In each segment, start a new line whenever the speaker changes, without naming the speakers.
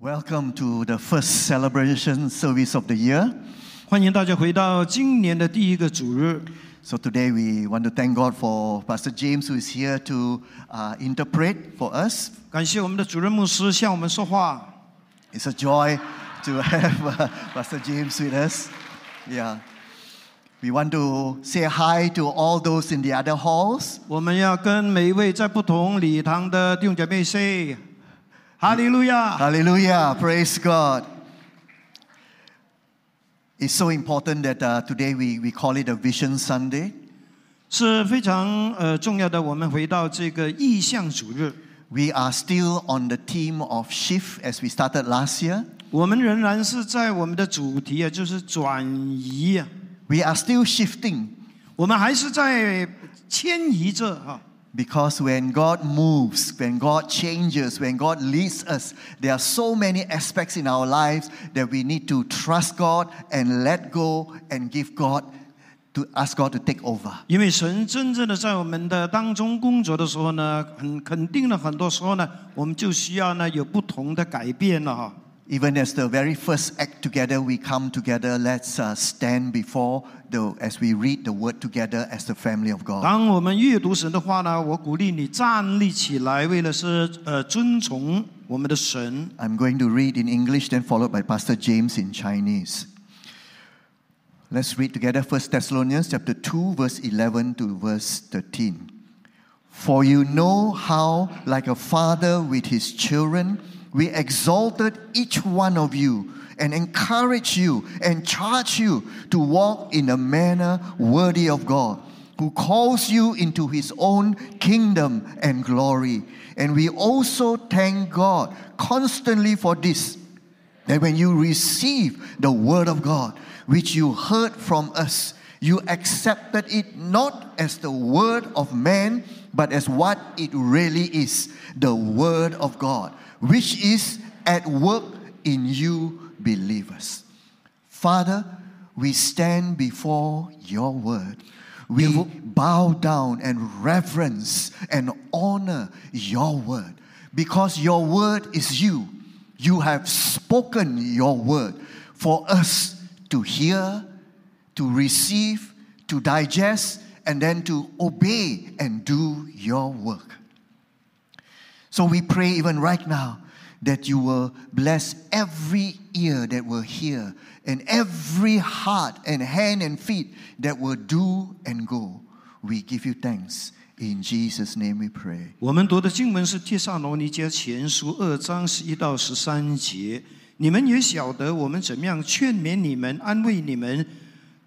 Welcome to the first celebration service of the year.
欢迎大家回到今年的第一个主日。
So today we want to thank God for Pastor James who is here to uh, interpret for us.
感谢我们的主任牧师向我们说话，
It's a joy to have uh, Pastor James with us. Yeah. We want to say hi to all those in the other halls.
我们要跟每一位在不同礼堂的弟兄姐妹 say 哈利路亚。
Hallelujah. Praise God. It's so important that uh, today we, we call it a Vision Sunday.
是非常呃重要的。我们回到这个意向主日，
We are still on the theme of shift as we started last year.
我们仍然是在我们的主题啊，就是转移啊，
We are still shifting
我们还是在迁移着啊。
because when God moves, when God changes, when God leads us, there are so many aspects in our lives that we need to trust God and let go and give God to ask God to take over.
因为神真正的在我们的当中工作的时候呢，很肯定了很多时候呢，我们就需要呢有不同的改变了哈。
Even as the very first act together, we come together, let's uh, stand before the, as we read the word together as the family of God.
当我们阅读神的话呢，我鼓励你站立起来，为了是呃遵从我们的神。
I'm going to read in English, then followed by Pastor James in Chinese. Let's read together 1 Thessalonians chapter 2, verse 11 to verse 13. For you know how, like a father with his children, we exalted each one of you and encourage you and charge you to walk in a manner worthy of God, who calls you into his own kingdom and glory. And we also thank God constantly for this that when you receive the word of God, which you heard from us, you accepted it not as the word of man, but as what it really is the word of God, which is at work in you believers. Father, we stand before your word. We bow down and reverence and honor your word because your word is you. You have spoken your word for us to hear, to receive, to digest, and then to obey and do your work. So we pray even right now that you will bless every ear that will hear and every heart and hand and feet that will do and go. We give you thanks. In Jesus' name we pray.
我们读的经文是《帖撒罗尼迦前书》二章十一到十三节。你们也晓得我们怎么样劝勉你们、安慰你们、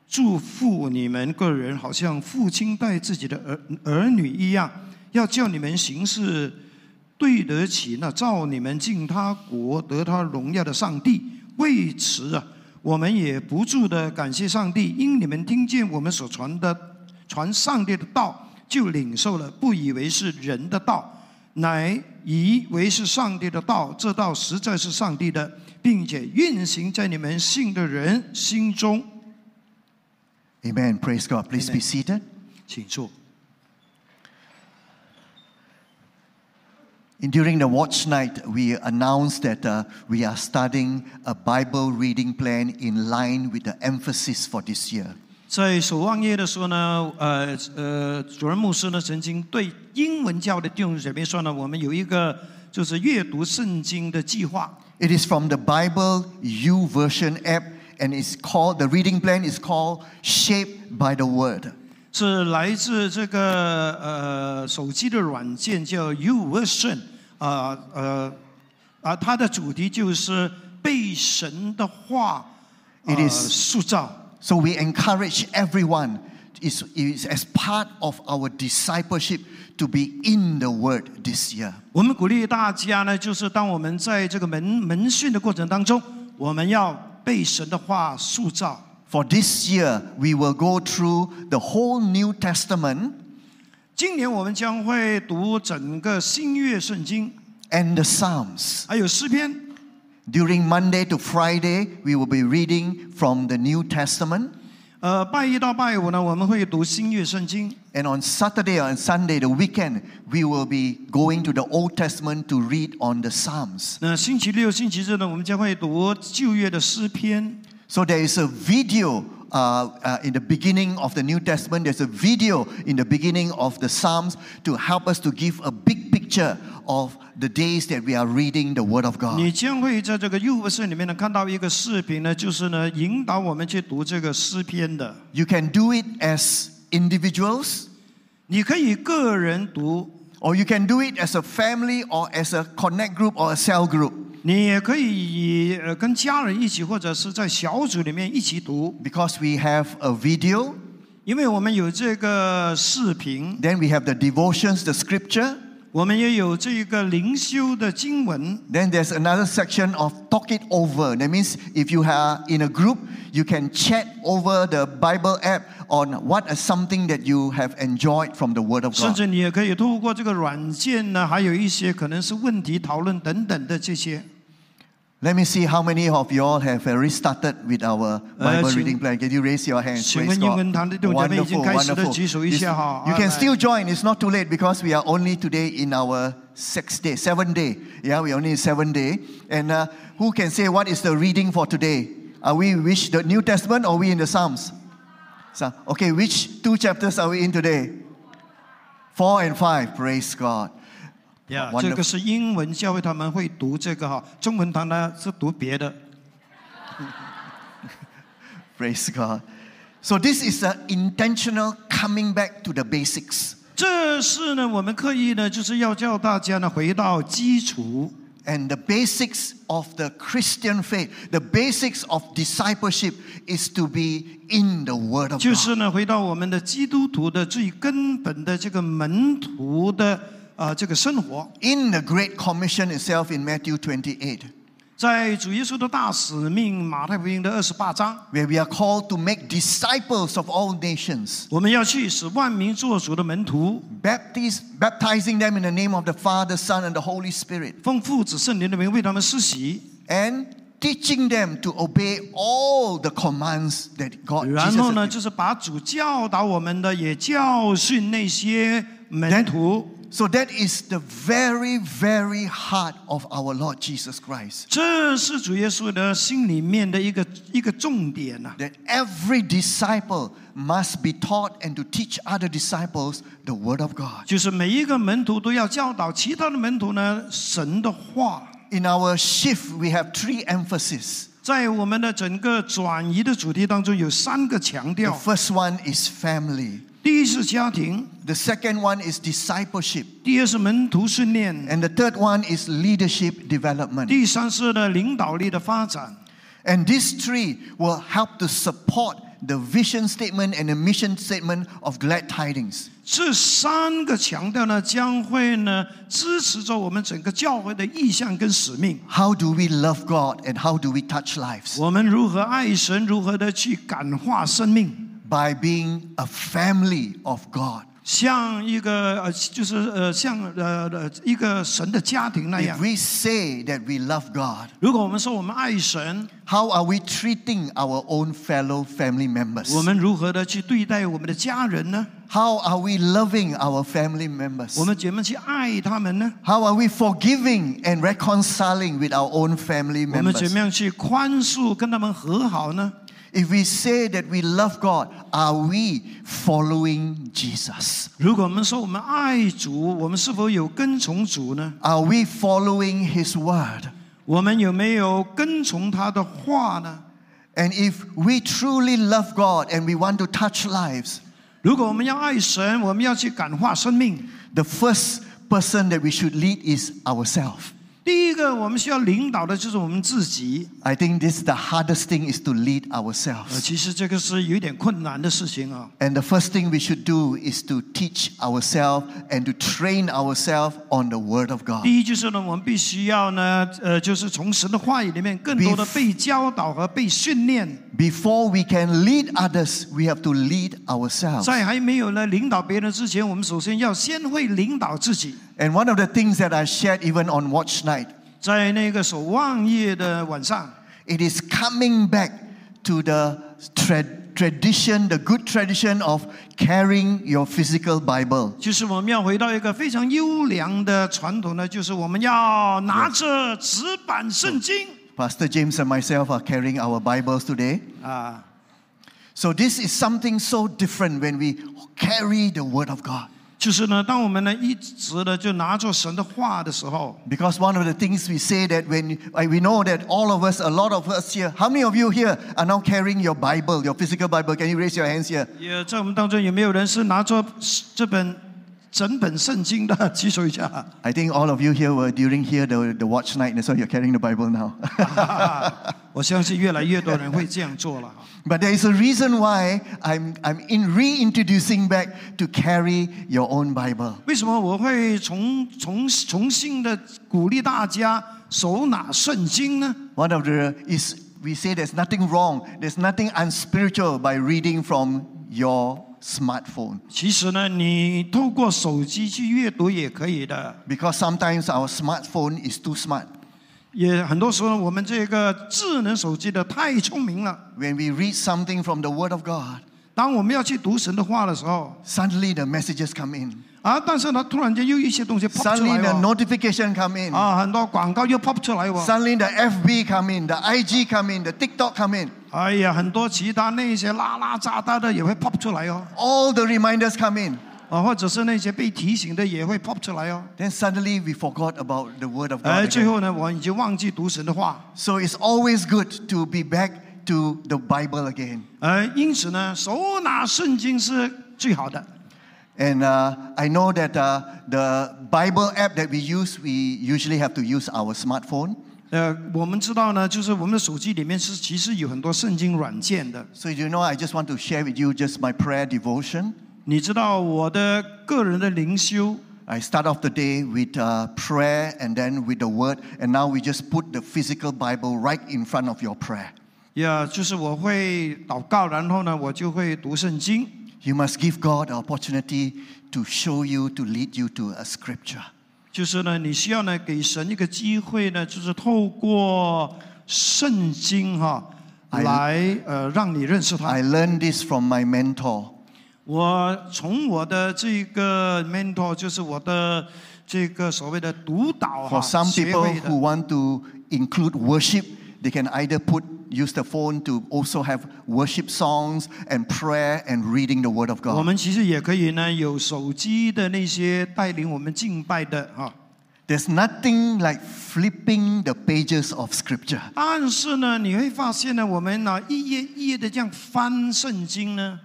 祝福你们个人，好像父亲待自己的儿儿女一样，要叫你们行事对得起那照你们进他国得他荣耀的上帝。为此啊，我们也不住的感谢上帝，因你们听见我们所传的传上帝的道，就领受了，不以为是人的道，乃以为是上帝的道。这道实在是上帝的，并且运行在你们信的人心中。
Amen. Praise God. Please be seated.
请坐。
In- During the watch night, we announced that uh, we are starting a Bible reading plan in line with the emphasis for this year.
在守望夜的时候呢，呃呃，主任牧师呢曾经对英文教的弟兄姐妹说呢，我们有一个就是阅读圣经的计划。
It is from the Bible U Version app, and it's called the reading plan is called Shaped by the Word.
是来自这个呃手机的软件叫 YouVersion 啊呃啊，它的主题就是被神的话呃
It is-
塑造。
So we encourage everyone is, is as part of our discipleship to be in the Word this year.
我们鼓励大家呢，就是当我们在这个门门训的过程当中，我们要被神的话塑造。
For this year, we will go through the whole New Testament
今年我们将会读整个新月圣经，
and the Psalms.
还有诗篇。
During Monday to Friday, we will be reading from the New Testament.
啊、呃，拜一到拜五呢，我们会读新月圣经。
And on Saturday and Sunday, the weekend, we will be going to the Old Testament to read on the Psalms.
那星期六、星期日呢，我们将会读旧约的诗篇。
So there is a video uh, uh, in the beginning of the New Testament, there's a video in the beginning of the Psalms to help us to give a big picture of the days that we are reading the Word of God.
你将会在这个诱惑社里面呢看到一个视频呢，就是呢引导我们去读这个诗篇的。
You can do it as individuals,
你可以个人读，
or you can do it as a family, or as a connect group, or a cell group,
你也可以以呃跟家人一起，或者是在小组里面一起读，
because we have a video,
因为我们有这个视频，
then we have the devotions, the scripture.
我们也有这个灵修的经文。
Then there's another section of talk it over. That means if you are in a group, you can chat over the Bible app on what is something that you have enjoyed from the Word of
甚
God.
至你也可以透过这个软件呢，还有一些可能是问题讨论等等的这些。
Let me see how many of you all have already started with our Bible
请-
reading plan. Can you raise your hands?
请问
Praise God.
英文堂的弟兄姐妹已经
Wonderful,
开始的
wonderful.
举手一下哈，
It's- You can
alright.
still join. It's not too late because we are only today in our sixth day, seventh day. Yeah, we only in seventh day. And uh, who can say what is the reading for today? Are we which the New Testament or are we in the Psalms? So, okay, which two chapters are we in today? Four and five. Praise God.
Yeah，
Wonderful.
啊这个是英文教会他们会读这个哈，中文堂呢是读别的。
Praise God. So this is an intentional coming back to the basics.
这是呢，我们刻意呢就是要叫大家呢回到基础，
And the basics of the Christian faith, the basics of discipleship is to be in the Word of
就
God.
是呢回到我们的基督徒的最根本的这个门徒的啊、这个生活，
In the Great Commission itself in Matthew 28,
在主耶稣的大使命马太福音的二十八章，
where we are called to make disciples of all nations,
我们要去使万民做主的门徒，
baptize, baptizing them in the name of the Father, Son, and the Holy Spirit,
奉父子圣灵的名为他们施洗，
and teaching them to obey all the commands that God
然后
Jesus
呢
has
就是把主教导我们的，也教训那些门徒。
So that is the very, very heart of our Lord Jesus Christ.
这是主耶稣的心里面的一个一个重点啊呐、
That every disciple must be taught and to teach other disciples the Word of God.
就是每一个门徒都要教导其他的门徒呢神的话。
In our shift, we have three emphases.
在我们的整个转移的主题当中，有三个强
The
调：
first one is family,
第一是家庭，
the second one is discipleship,
第二是门徒训练，
and the third one is leadership development.
第三是呢领导力的发展。
And these three will help to support the vision statement and the mission statement of Glad Tidings.
这三个强调呢，将会呢支持着我们整个教会的意向跟使命。
How do we love God and how do we touch lives?
我们如何爱神，如何的去感化生命，
by being a family of God.
像一个呃，就是呃，像呃呃一个神的家庭那
If
样。
we say that we love God,
如果我们说我们爱神，
how are we treating our own fellow family members?
我们如何的去对待我们的家人呢？
How are we loving our family members?
我们怎么去爱他们呢？
How are we forgiving and reconciling with our own family
我们怎
members?
么样去宽恕，跟他们和好呢？
If we say that we love God, are we following Jesus?
如果我们说我们爱主，我们是否有跟从主呢？
Are we following His word?
我们有没有跟从他的话呢？
And if we truly love God and we want to touch lives,
如果我们要爱神，我们要去感化生命。
the first person that we should lead is ourselves.
第一个，我们需要领导的就是我们自己。
I think this the hardest thing is to lead
呃，
ourselves.
其实这个是有一点困难的事情啊。
And the first thing we should do is to teach ourselves and to train ourselves on the Word of God.
第一就是呢，我们必须要呢，呃，就是从神的话语里面更多的
Be-
被教导和被训练。
Before we can lead others, we have to lead ourselves.
在还没有呢领导别人之前，我们首先要先会领导自己。
And one of the things that I shared even on Watch Night,
在那个守望夜的晚上，
it is coming back to the tra- tradition, the good tradition of carrying your physical Bible.
就是我们要回到一个非常优良的传统呢，就是我们要拿着纸板圣经
Pastor James and myself are carrying our Bibles today.
啊。
So, this is something so different when we carry the Word of God.
就是呢，当我们呢一直的就拿着神的话的时候，
Because one of the things we say that when I- we know that all of us, a lot of us here, how many of you here are now carrying your Bible, your physical Bible? Can you raise your hands here?
也在我们当中有没有人是拿着这本整本圣经的？ 举手一下。
I think all of you here were during here the, the watch night, and so you're carrying the Bible now.
我相信越来越多人会这样做了。
but there is a reason why I'm, I'm in reintroducing back to carry your own Bible.
为什么我会重重重新的鼓励大家手拿圣经呢？
One of the is we say there's nothing wrong, there's nothing unspiritual by reading from your smartphone.
其实呢，你透过手机去阅读也可以的。
Because sometimes our smartphone is too smart.
也很多时候，我们这个智能手机的太聪明了。
When we read something from the Word of God,
当我们要去读神的话的时候，
suddenly the messages come in.
啊，但是呢，突然间又一些东西 pop 出
Suddenly
来
the
哦，
notification come in.
啊，很多广告又 pop 出来哦。
Suddenly the FB come in, the IG come in, the TikTok come in.
哎呀，很多其他那些拉拉杂杂的也会 pop 出来哦，
All the reminders come in.
啊，或者是那些被提醒的也会 pop 出来哦。
Then suddenly we forgot about the Word of
而
God.
最
again.
后呢，我已经忘记读神的话。
So it's always good to be back to the Bible again.
而哎因此呢，手拿圣经是最好的。
And uh, I know that uh, the Bible app that we use, we usually have to use our smartphone.
呃，我们知道呢，就是我们的手机里面是其实有很多圣经软件的。
So you know, I just want to share with you just my prayer devotion.
你知道我的个人的灵修，
I start off the day with uh, prayer and then with the word, and now we just put the physical Bible right in front of your prayer.
也就是我会祷告，然后呢，我就会读圣经。
You must give God the opportunity to show you, to lead you to a scripture.
就是呢，你需要呢给神一个机会呢，就是透过圣经哈、
I-
来呃让你认识他。
I learned this from my mentor.
我从我的这个 mentor，就是我的这个所谓的督导哈
For some
学
people
会
who
的。
want to include worship, they can either put use the phone to also have worship songs and prayer and reading the word of
我
God.
们其实也可以呢，有手机的那些带领我们敬拜的哈，
There's nothing like flipping the pages of scripture.
但是呢，你会发现呢，我们呢一页一页的这样翻圣经呢，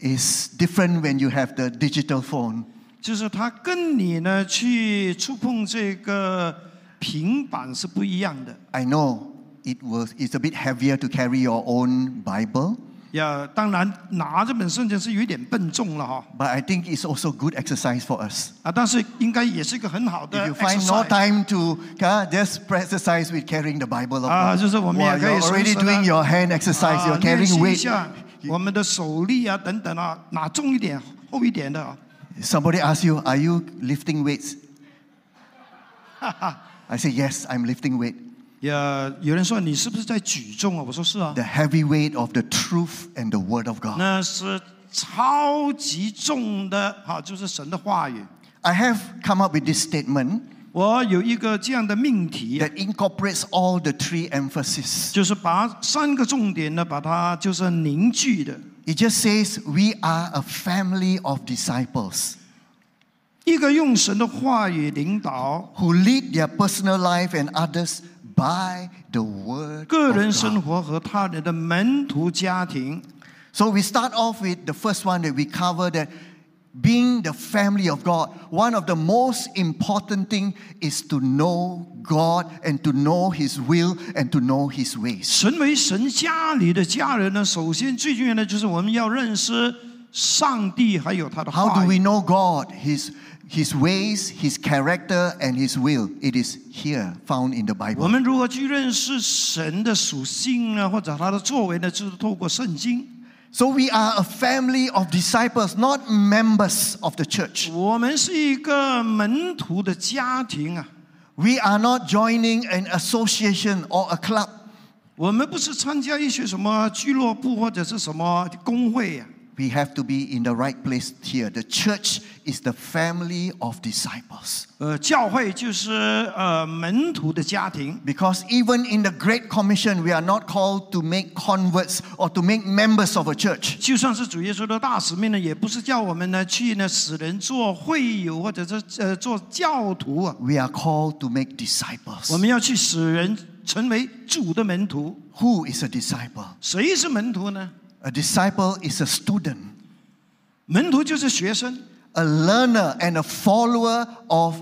It's different when you have the digital phone.
就是它跟你呢去触碰这个平板是不一样的。
I know it was it's a bit heavier to carry your own Bible,
呀，当然拿这本圣经是有一点笨重了哈，
but I think it's also good exercise for us.
啊，但是应该也是一个很好的
If you find no
exercise
time to uh, just exercise with carrying the Bible, of
啊，
God.
就是我们
Wow,
也可
you're
以随
already Ah,
时呢
doing your hand exercise,
啊
you're
练习
carrying
一
weight.
下我们的手力啊等等啊，拿重一点、厚一点的啊。
Somebody asks you, Are you lifting weights? I say, Yes, I'm lifting weight.
也有人说你是不是在举重啊？我说是啊，
The heavy weight of the truth and the Word of God.
那是超级重的哈、啊，就是神的话语。
I have come up with this statement
我有一个这样的命题啊，
that incorporates all the three emphasis.
就是把三个重点呢，把它就是凝聚的。
It just says, We are a family of disciples
一个用神的话语领导
who lead their personal life and others by the Word.
个
of
人生
God.
活和他人的门徒家庭，
So we start off with the first one that we cover that being the family of God, one of the most important thing is to know God and to know His will and to know His ways.
神为神家里的家人呢，首先最重要的就是我们要认识上帝，还有他的
How
话
do we
语。
know God, His His ways, His character, and His will? It is here found in the
我
Bible.
们如何去认识神的属性呢？或者他的作为呢？就是透过圣经。
So we are a family of disciples, not members of the church.
我们是一个门徒的家庭啊，
We are not joining an association or a club.
我们不是参加一些什么俱乐部或者是什么工会啊呀、
We have to be in the right place here. The church is the family of disciples.
呃，教会就是呃门徒的家庭。
Because even in the Great Commission, we are not called to make converts or to make members of a church.
就算是主耶稣的大使命呢，也不是叫我们呢去呢使人做会友或者是呃做教徒啊，
We are called to make
我
disciples.
们要去使人成为主的门徒。
Who is a disciple?
谁是门徒呢？
A disciple is a student,
门徒就是学生，
a learner, and a follower of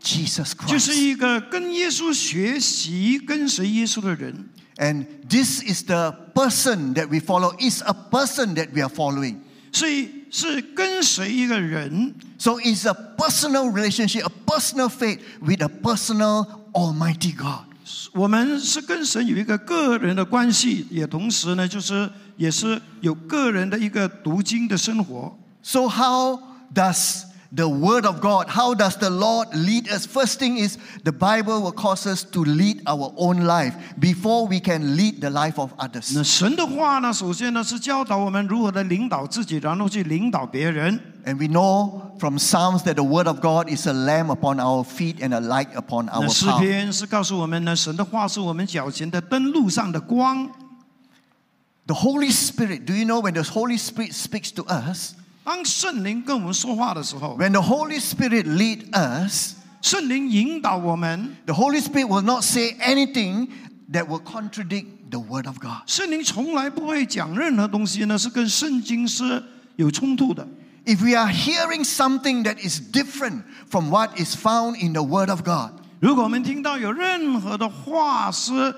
Jesus
就
Christ.
是一个跟耶稣学习、跟随耶稣的人。
And this is the person that we follow, is a person that we are following.
所以是跟随一个人，
So it's a personal relationship, a personal faith with a personal Almighty God.
我们是跟神有一个个人的关系，也同时呢，就是也是有个人的一个读经的生活。
So how does the Word of God, how does the Lord lead us? First thing is the Bible will cause us to lead our own life before we can lead the life of
那
others.
神的话呢，首先呢是教导我们如何的领导自己，然后去领导别人。
And we know from Psalms that the Word of God is a lamp upon our feet and a light upon
那
our
诗
path.
篇是告诉我们呢，神的话是我们脚前的灯，路上的光。
The Holy Spirit, do you know when the Holy Spirit speaks to us?
当圣灵跟我们说话的时候，
When the Holy Spirit lead us,
圣灵引导我们，
the Holy Spirit will not say anything that will contradict the Word of God.
圣灵从来不会讲任何东西呢是跟圣经是有冲突的。
If we are hearing something that is different from what is found in the Word of God,
如果我们听到有任何的话是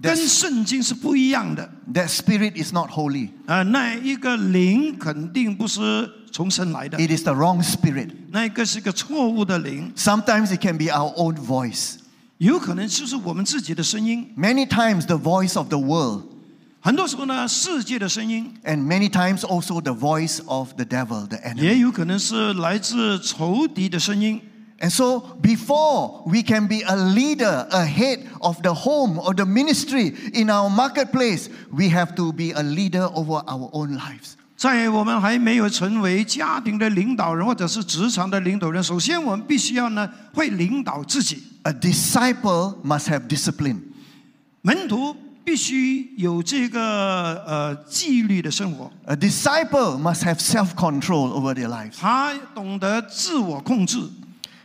跟
That's-
圣经是不一样的，
that spirit is not holy.
呃，那一个灵肯定不是从神来的，
It is the wrong spirit.
那一个是一个错误的灵，
Sometimes it can be our own voice.
有可能就是我们自己的声音，
Many times the voice of the world,
很多时候呢，世界的声音，
and many times also the voice of the devil, the enemy.
也有可能是来自仇敌的声音。
And so, before we can be a leader, a head of the home or the ministry in our marketplace, we have to be a leader over our own lives.
在我们还没有成为家庭的领导人或者是职场的领导人，首先我们必须要呢会领导自己。
A disciple must have discipline.
门徒必须有这个呃纪律的生活，
A disciple must have self control over their lives.
他懂得自我控制。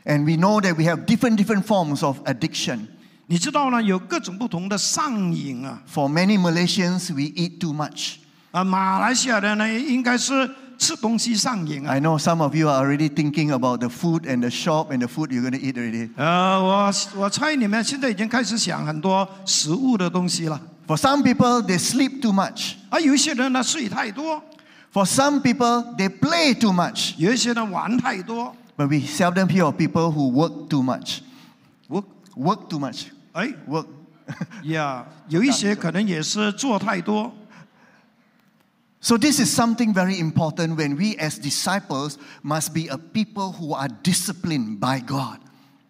And we know that we have different, different forms of addiction.
你知道呢，有各种不同的上瘾啊
For many Malaysians, we eat too much.
啊！马来西亚人呢，应该是吃东西上瘾啊。
I know some of you are already thinking about the food and the shop and the food you're going to eat already.
呃，我我猜你们现在已经开始想很多食物的东西了
For some people, they sleep too much.
啊。有一些人呢睡太多，
For some people, they play too much.
有一些人玩太多。
But we seldom hear of people who work too much.
我
Work too much.
哎
Work.
呀，有一些可能也是做太多。
So, this is something very important when we as disciples must be a people who are disciplined by God.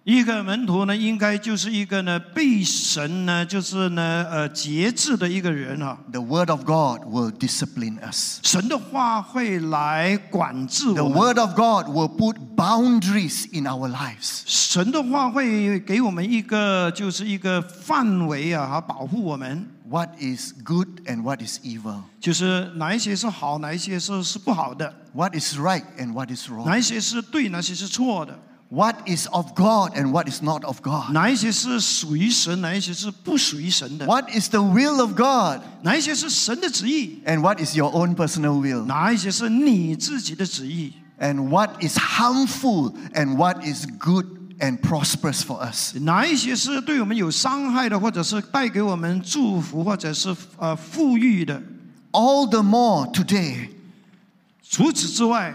一个门徒呢，应该就是一个呢被神呢，就是呢呃节制的一个人啊。
The Word of God will discipline us.
神的话会来管制我
The
们，
Word of God will put boundaries in our lives.
神的话会给我们一个就是一个范围啊，哈，保护我们，
What is good and what is evil.
就是哪一些是好，哪一些是是不好的，
What is right and what is wrong.
哪一些是对，哪一些是错的，
What is of God and what is not of God.
哪一些是属于神，哪一些是不属于神的，
What is the will of God
哪一些是神的旨意，
and what is your own personal will.
哪一些是你自己的旨意。
and what is harmful and what is good and prosperous for us.
哪一些是对我们有伤害的，或者是带给我们祝福，或者是呃富裕的？
All the more today,
除此之外，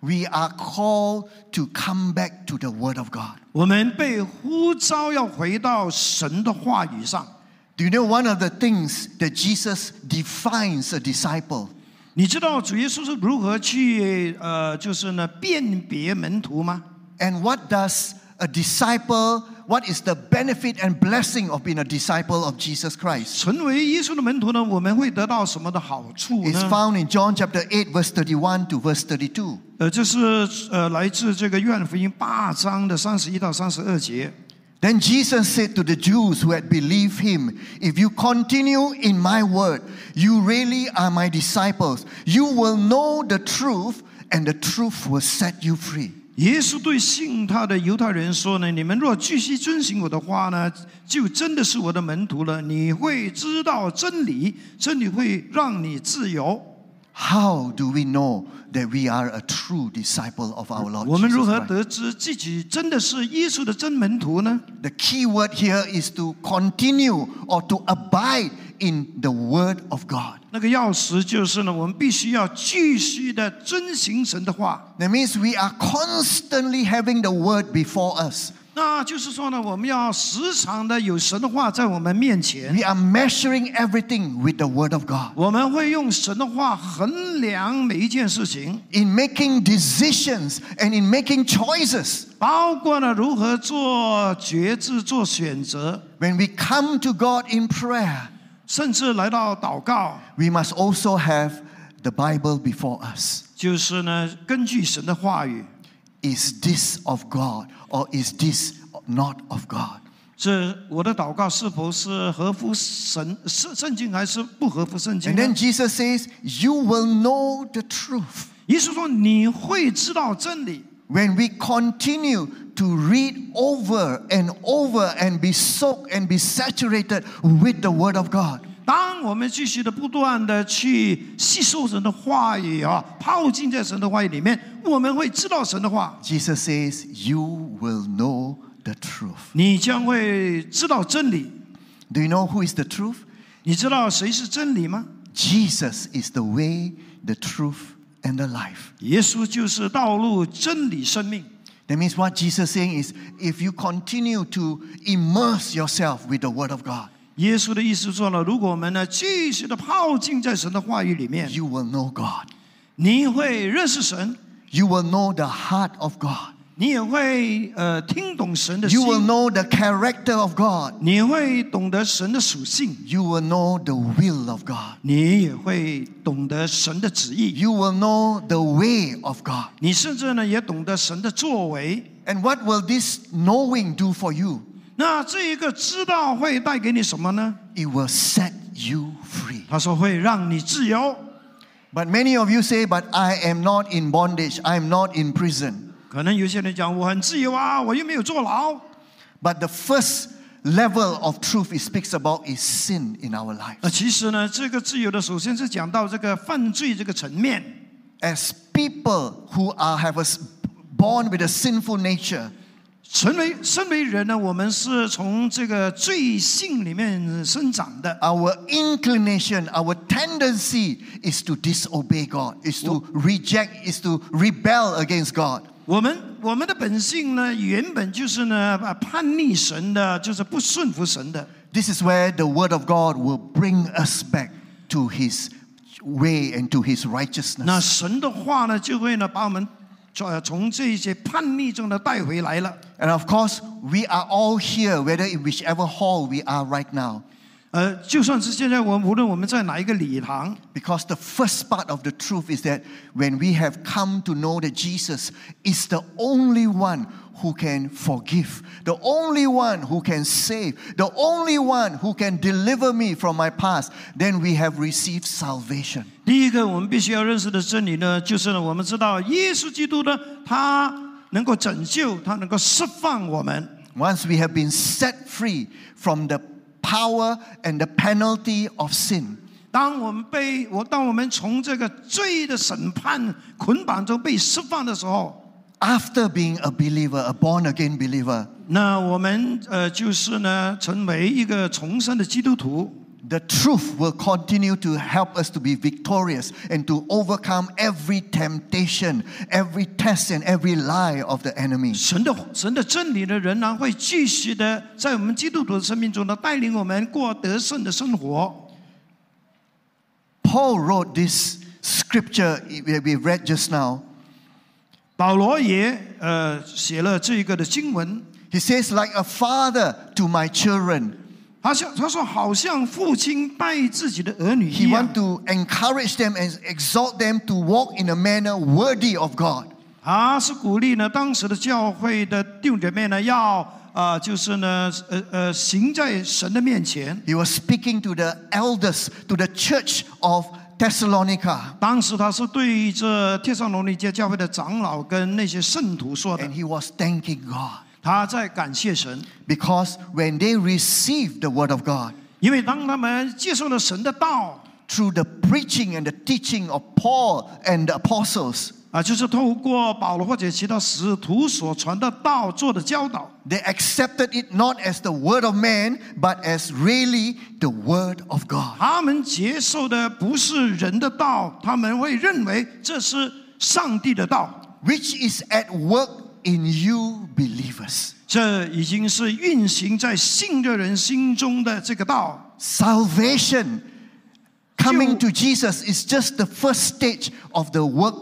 we are called to come back to the Word of God.
我们被呼召要回到神的话语上。
Do you know one of the things that Jesus defines a disciple?
你知道主耶稣是如何去呃，就是呢辨别门徒吗？
And what does a a disciple, what is the benefit and blessing of being a disciple of Jesus Christ?
成为耶稣的门徒呢，我们会得到什么的好处
It's
呢？
found in John chapter 8, verse 31 to verse 32.
呃，这是呃来自这个约翰福音八章的三十一到三十二节。
Then Jesus said to the Jews who had believed him, If you continue in my word, you really are my disciples. You will know the truth, and the truth will set you free.
耶稣对信他的犹太人说呢：“你们若继续遵行我的话呢，就真的是我的门徒了。你会知道真理，真理会让你自由。
How do we know that we are a true disciple of our ” Lord
我们如
Jesus
何
Christ?
得知自己真的是耶稣的真门徒呢？
The key word here is to continue or to abide in the word of God.
那个钥匙就是呢，我们必须要继续的遵行神的话。
That means we are constantly having the word before us.
那就是说呢，我们要时常的有神的话在我们面前，
We are measuring everything with the word of God.
我们会用神的话衡量每一件事情，
in making decisions and in making choices.
包括呢如何做决志、做选择，
When we come to God in prayer,
甚至来到祷告，
we must also have the Bible before us.
就是呢根据神的话语，
Is this of God or is this not of God?
这我的祷告是否是合乎神圣圣经，还是不合乎圣经
And
呢？
then Jesus says, You will know the truth
也就是说，你会知道真理。
when we continue to read over and over and be soaked and be saturated with the Word of God.
当我们继续的不断的去吸收神的话语啊，泡浸在神的话语里面，我们会知道神的话，
Jesus says, You will know the truth.
你将会知道真理。
Do you know who is the truth?
你知道谁是真理吗？
Jesus is the way, the truth, and the life.
耶稣就是道路、真理、生命。
That means what Jesus is saying is if you continue to immerse yourself with the Word of God,
耶稣的意思说了，如果我们呢继续的泡浸在神的话语里面，
you will know God.
你会认识神，
You will know the heart of God.
你也会呃听懂神的
You will
心，
know the character of God.
你会懂得神的属性，
You will know the will of God.
你也会懂得神的旨意。
You will know the way of God.
你甚至呢也懂得神的作为。
And what will this knowing do for you?
那这一个知道会带给你什么呢？
It will set you free.
他说会让你自由。
But many of you say, But I am not in bondage, I am not in prison.
可能有些人讲我很自由啊，我又没有坐牢。
But the first level of truth it speaks about is sin in our
那
lives.
其实呢，这个自由的首先是讲到这个犯罪这个层面。
As people who are have us born with a sinful nature,
成为身为人呢，我们是从这个罪性里面生长的。
our inclination, our tendency is to disobey God, is to reject, is to rebel against God.
我们我们的本性呢，原本就是呢啊叛逆神的，就是不顺服神的。
This is where the word of God will bring us back to his way and to his
那
righteousness.
神的话呢，就会呢把我们呃从这些叛逆中呢带回来了。
And of course, we are all here, whether in whichever hall we are right now.
呃，就算是现在我们无论我们在哪一个礼堂，
Because the first part of the truth is that when we have come to know that Jesus is the only one who can forgive, the only one who can save, the only one who can deliver me from my past, then we have received salvation.
第一个我们必须要认识的真理呢，就是呢我们知道耶稣基督呢，他能够拯救，他能够释放我们。
Once we have been set free from the power and the penalty of sin,
当我们被我当我们从这个罪的审判捆绑中被释放的时候，
after being a believer, a born again believer,
那我们呃就是呢成为一个重生的基督徒。
The truth will continue to help us to be victorious and to overcome every temptation, every test, and every lie of the enemy.
神的神的真理呢，仍然会继续的在我们基督徒的生命中呢，带领我们过得胜的生活。
Paul wrote this scripture that we read just now
保罗也呃写了这个的经文，
He says, like a father to my children,
他像他说好像父亲带自己的儿女
he
一样
want，to encourage them and exhort them to walk in a manner worthy of God.
他是鼓励呢当时的教会的弟兄姐妹呢要啊、呃就是呢呃呃行在神的面前。
He was speaking to the elders, to the church of Thessalonica,
当时他是对着帖撒罗尼迦教会的长老跟那些圣徒说的
and，he was thanking God
他在感谢神，
because when they received the word of God
因为当他们接受了神的道
through the preaching and the teaching of Paul and the apostles,
啊，就是透过保罗或者其他使徒所传的道做的教导，
They accepted it not as the word of man, but as really the word of God.
他们接受的不是人的道，他们会认为这是上帝的道，
Which is at work in you believers.
这已经是运行在信的人心中的这个道。
Salvation, coming to Jesus, is just the first stage of the work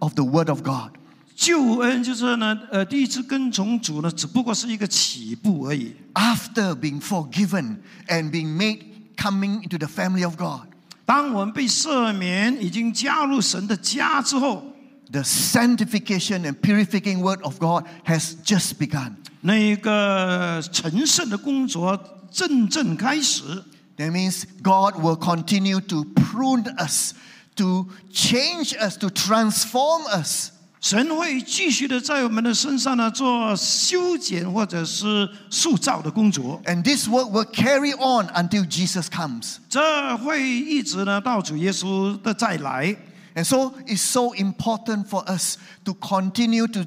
of the word of God.
救恩就是呢，呃，第一次跟从主呢，只不过是一个起步而已。
After being forgiven and being made coming into the family of God,
当我们被赦免，已经加入神的家之后，
the sanctification and purifying word of God has just begun.
那个成圣的工作正正开始。
That means God will continue to prune us, to change us, to transform us
神会继续的在我们的身上呢做修剪或者是塑造的工作，
and this work will carry on until Jesus comes.
这会一直呢到主耶稣的再来。
And so it's so important for us to continue to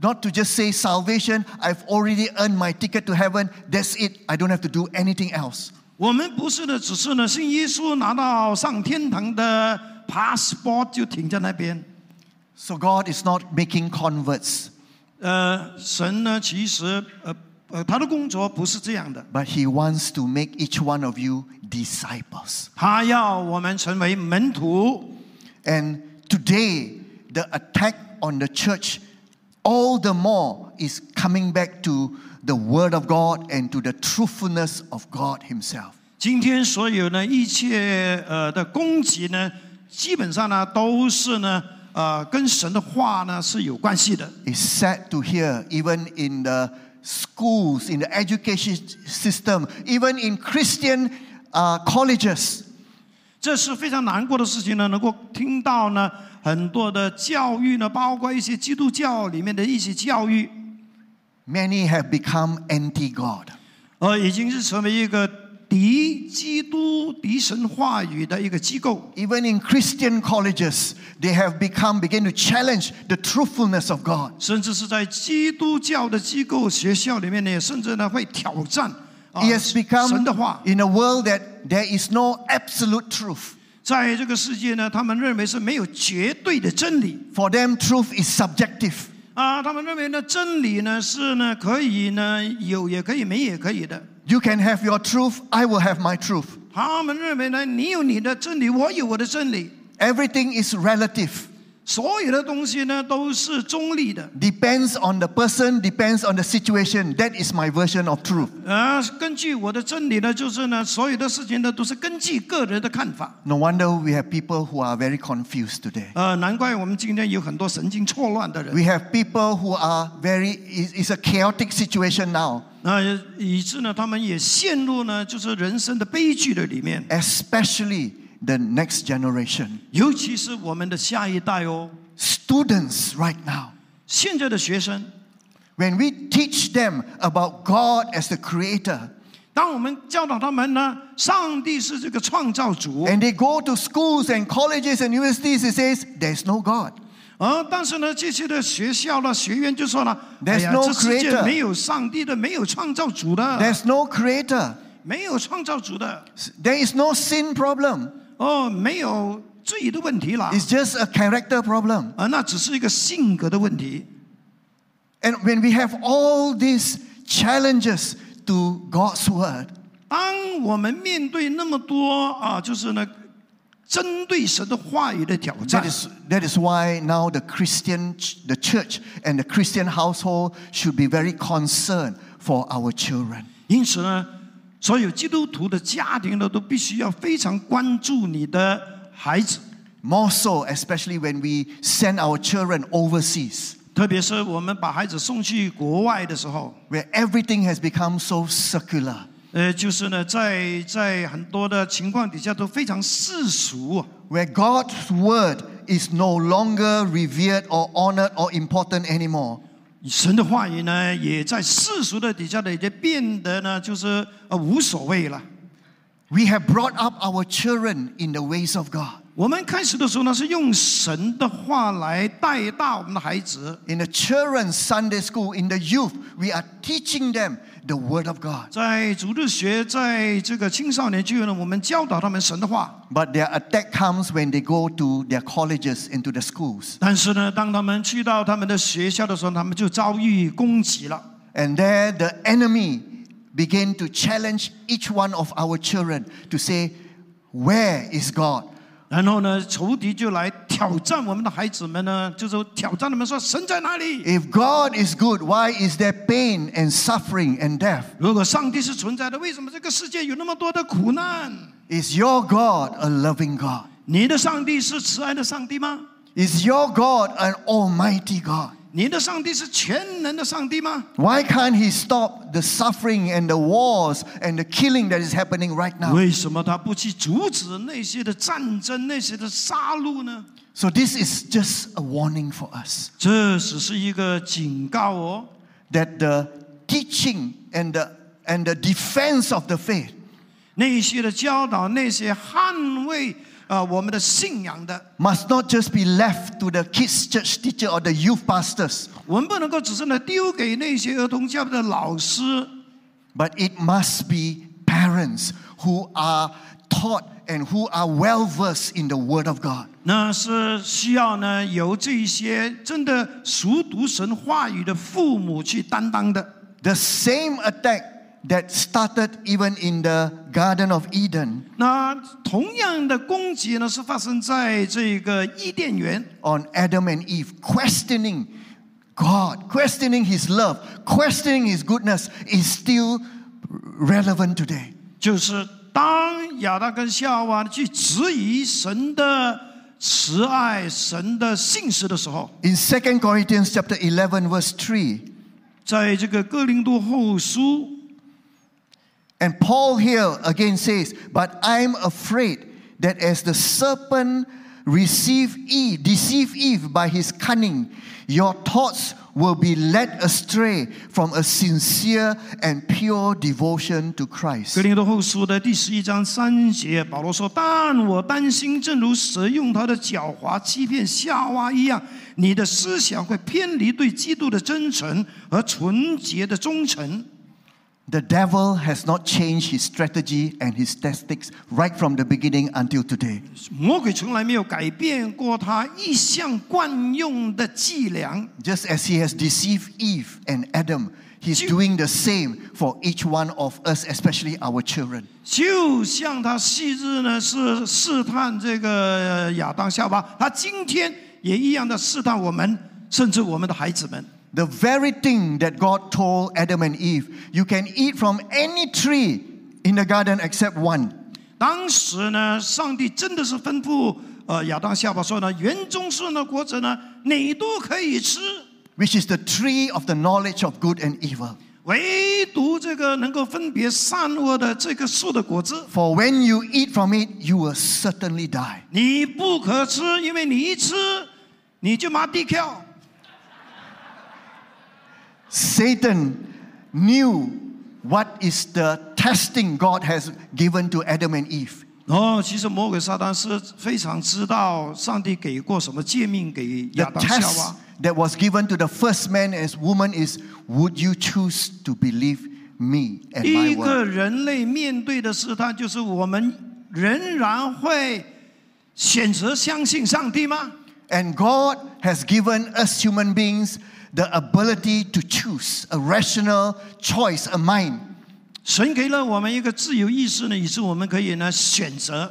not to just say salvation, I've already earned my ticket to heaven, that's it, I don't have to do anything else.
我们不是呢，只是呢信耶稣拿到上天堂的 passport 就停在那边。
So God is not making converts,
呃，神呢其实呃呃他的工作不是这样的，
but He wants to make each one of you disciples.
他要我们成为门徒。
And today, the attack on the church, all the more, is coming back to the Word of God and to the truthfulness of God Himself.
今天所有呢一切呃的攻击呢，基本上呢都是呢呃跟神的话呢是有关系的。
It's sad to hear, even in the schools, in the education system, even in Christian uh, colleges,
这是非常难过的事情呢，能够听到呢很多的教育呢，包括一些基督教里面的一些教育，
many have become anti God.
呃，已经是成为一个敌基督、敌神话语的一个机构。
Even in Christian colleges, they have become, begin to challenge the truthfulness of God.
甚至是在基督教的机构学校里面呢，甚至呢会挑战啊
It has
神
become
的话。
in a world that there is no absolute truth.
在这个世界呢，他们认为是没有绝对的真理
For them, truth is subjective.
啊，他们认为呢，真理呢是呢可以呢有也可以没也可以的。
You can have your truth, I will have my truth.
他们认为呢，你有你的真理，我有我的真理，
Everything is relative,
所有的东西呢都是中立的，
depends on the person, depends on the situation. That is my version of truth.
呃，根据我的真理呢，就是呢，所有的事情呢都是根据个人的看法。
No wonder we have people who are very confused today.
呃，难怪我们今天有很多神经错乱的人，
We have people who are very, it's it's a chaotic situation now,
那、啊以致呢，他们也陷入呢，就是人生的悲剧的里面，
especially the next generation.
尤其是我们的下一代哦。
Students, right now.
现在的学生，
When we teach them about God as the creator,
当我们教导他们呢，上帝是这个创造主，
and they go to schools and colleges and universities, it says, there's no God.
而啊但是呢，这些的学校呢，学员就说了，哎
There's
呀，
no
这世界
creator.
没有上帝的，没有创造主的，
There's no creator.
没有创造主的，
There is no sin problem.
哦，没有罪的问题啦，
It's just a character problem.
啊，那只是一个性格的问题。
And when we have all these challenges to God's word,
当我们面对那么多啊，就是呢，针对神的话语的挑
that
战，
is, that is why now the Christian, ch- the church and the Christian household should be very concerned for our children.
因此呢，所有基督徒的家庭呢，都必须要非常关注你的孩子，
More so, especially when we send our children overseas,
特别是我们把孩子送去国外的时候，
where everything has become so circular.
呃，就是呢，在在很多的情况底下都非常世俗、啊，
where God's word is no longer revered or honored or important anymore.
神的话语呢，也在世俗的底下呢，已经变得呢，就是呃无所谓了。
We have brought up our children in the ways of God.
我们开始的时候呢，是用神的话来带大我们的孩子，
In the children's Sunday school, in the youth, we are teaching them the word of God.
在主日学，在这个青少年聚会呢，我们教导他们神的话。
But their attack comes when they go to their colleges and to the schools.
但是呢，当他们去到他们的学校的时候，他们就遭遇攻击了。
And there the enemy began to challenge each one of our children to say, Where is God?
然后呢，仇敌就来挑战我们的孩子们呢，就是挑战他们说：“神在哪里？
If God is good, why is there pain and suffering and death?
如果上帝是存在的，为什么这个世界有那么多的苦难？
Is your God a loving God?
你的上帝是慈爱的上帝吗？
Is your God an almighty God?
你的上帝是全能的上帝吗？
Why can't He stop the suffering and the wars and the killing that is happening right now?
为什么他不去阻止那些的战争、那些的杀戮呢？
So, this is just a warning for us
这只是一个警告哦。
that the teaching and the, and the defense of the faith
那些的教导，那些捍卫啊、呃我们的信仰的，
must not just be left to the kids' church teacher or the youth pastors,
我们不能够只是呢丢给那些儿童教会的老师，
but it must be parents who are taught and who are well versed in the Word of God.
那是需要呢由这一些真的熟读神话语的父母去担当的。
The same attack that started even in the Garden of Eden
那同样的攻击呢，是发生在这个伊甸园，
on Adam and Eve, questioning God, questioning His love, questioning His goodness, is still relevant today.
就是当亚当跟夏娃去质疑神的慈爱、神的信实的时候，
In 2 Corinthians chapter 11 verse 3,
在这个哥林多后书
and Paul here again says, "But I'm afraid that as the serpent received Eve, deceived Eve by his cunning, your thoughts will be led astray from a sincere and pure devotion to
格
Christ."
林多后书的第十一章三节，保罗说：“但我担心，正如蛇用他的狡猾欺骗夏娃一样，你的思想会偏离对基督的真诚和纯洁的忠诚。
The devil has not changed his strategy and his tactics right from the beginning until today.
魔鬼从来没有改变过他一向惯用的伎俩，
Just as he has deceived Eve and Adam, he's
Ju-
doing the same for each one of us, especially our children.
就像他昔日呢是试探这个亚当夏娃，他今天也一样的试探我们，甚至我们的孩子们。”
The very thing that God told Adam and Eve, you can eat from any tree in the garden except one.
当时呢，上帝真的是吩咐呃亚当夏娃说呢，园中树呢果子呢，你都可以吃，
which is the tree of the knowledge of good and evil.
唯独这个能够分别善恶的这个树的果子，
For when you eat from it, you will certainly die.
你不可吃，因为你一吃你就麻地跳。
Satan knew what is the testing God has given to Adam and Eve.
哦，其实魔鬼撒旦是非常知道上帝给过什么诫命给
The
亚当夏娃
test。that was given to the first man as woman is would you choose to believe me and
第
my
一
word?
个人类面对的试探，就是我们仍然会选择相信上帝吗？
And God has given us human beings the ability to choose a rational choice, a mind.
神给了我们一个自由意识呢，以致我们可以呢选择。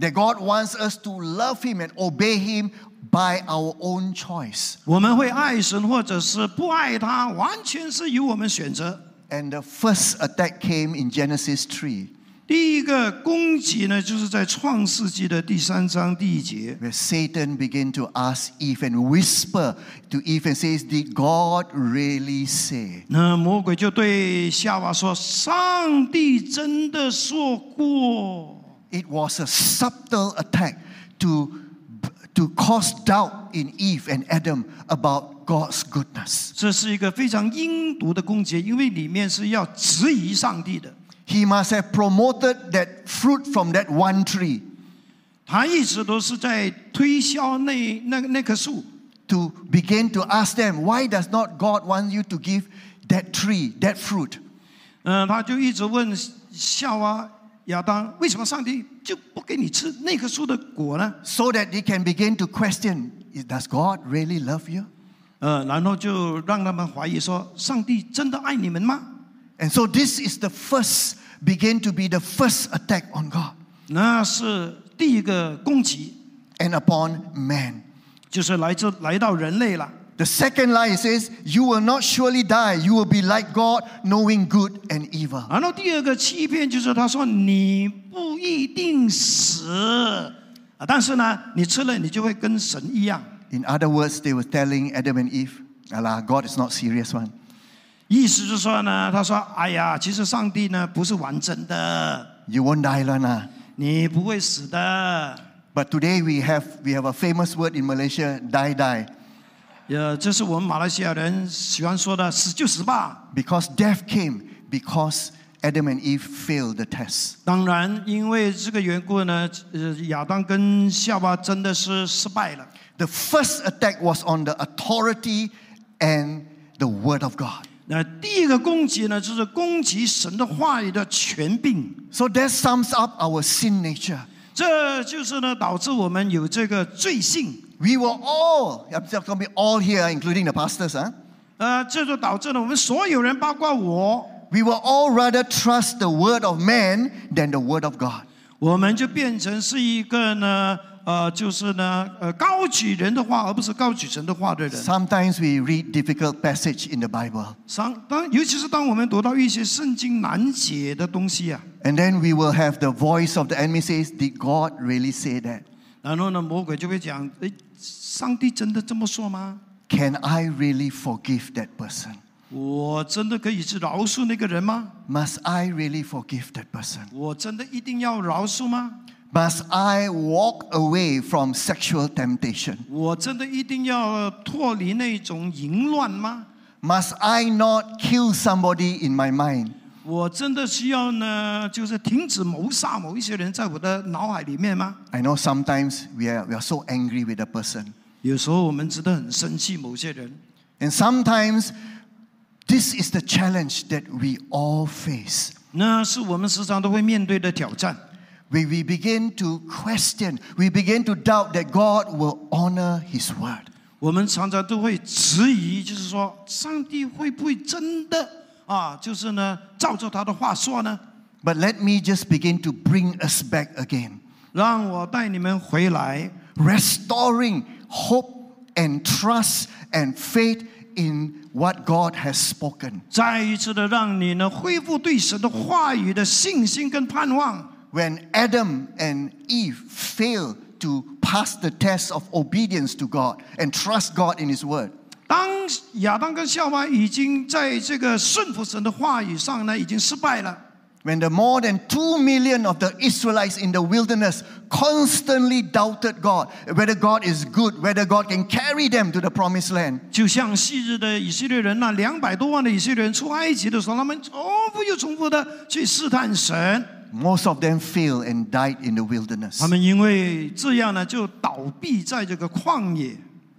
That God wants us to love Him and obey Him by our own choice.
我们会爱神，或者是不爱他，完全是由我们选择。
And the first attack came in Genesis 3,
第一个攻击呢，就是在创世纪的第三章第一节，
where Satan began to ask Eve and whisper to Eve and says, Did God really say?
那魔鬼就对夏娃说：“上帝真的说过。
It was a subtle attack to, to cause doubt in Eve and Adam about God's goodness. ”
这是一个非常阴毒的攻击，因为里面是要质疑上帝的。
He must have promoted that fruit from that one tree
他一直都是在推销那那那棵树，
to begin to ask them, Why does not God want you to give that tree, that fruit?
嗯、他就一直问夏娃、亚当，为什么上帝就不给你吃那棵树的果呢？
So that they can begin to question, Does God really love you?
呃，然后就让他们怀疑说，上帝真的爱你们吗？
And so this is the first, begin to be the first attack on God
那是第一个攻击，
and upon man.
就是来自来到人类了。
The second lie it says, You will not surely die. You will be like God, knowing good and evil.
然后第二个欺骗就是他说你不一定死啊，但是呢，你吃了你就会跟神一样。
In other words, they were telling Adam and Eve, Allah, God is not serious one.
意思就是说呢，他说哎呀，其实上帝呢不是完整的，
You won't die, Lana.
你不会死的。
But today we have we have a famous word in Malaysia, die die.
呃，这是我们马来西亚人喜欢说的，死就死吧。
Because death came because Adam and Eve failed the test.
当然，因为这个缘故呢，呃，亚当跟夏娃真的是失败了。
The first attack was on the authority and the word of God.
那第一个攻击呢，就是攻击神的话语的权柄，
So that sums up our sin nature.
这就是呢导致我们有这个罪性，
We were all, I'm just going to be all here, including the pastors, huh?
呃，这就导致了我们所有人，包括我，
We will all rather trust the word of man than the word of God.
我们就变成是一个呢，呃，就是呢，呃，高举人的话，而不是高举神的话的人。
Sometimes we read difficult passage in the Bible,
当当，尤其是当我们读到一些圣经难解的东西啊，
and then we will have the voice of the enemy says, "Did God really say that?
然后呢，魔鬼就会讲，诶，上帝真的这么说吗？
Can I really forgive that person?
我真的可以去饶恕那个人吗？
Must I really forgive that person?
我真的一定要饶恕吗？
Must I walk away from sexual temptation?
我真的一定要脱离那种淫乱吗？
Must I not kill somebody in my mind?
我真的需要呢，就是停止谋杀某一些人在我的脑海里面吗？
I know sometimes we are, we are so angry with a person.
有时候我们真的很生气某些人，
And sometimes this is the challenge that we all face.
那是我们时常都会面对的挑战。
When we begin to question, we begin to doubt that God will honor His word.
我们常常都会质疑，就是说，上帝会不会真的啊？就是呢，照着他的话说呢？
But let me just begin to bring us back again,
让我带你们回来，
restoring hope and trust and faith in what God has spoken.
再一次的让你呢恢复对神的话语的信心跟盼望。
When Adam and Eve failed to pass the test of obedience to God and trust God in His word,
当亚当跟夏娃已经在这个顺服神的话语上呢，已经失败了。
When the more than two million of the Israelites in the wilderness constantly doubted God, whether God is good, whether God can carry them to the promised land,
就像昔日的以色列人那两百多万的以色列人出埃及的时候，他们重复又重复的去试探神，
most of them failed and died in the wilderness.
他们因为这样呢，就倒闭在这个旷野。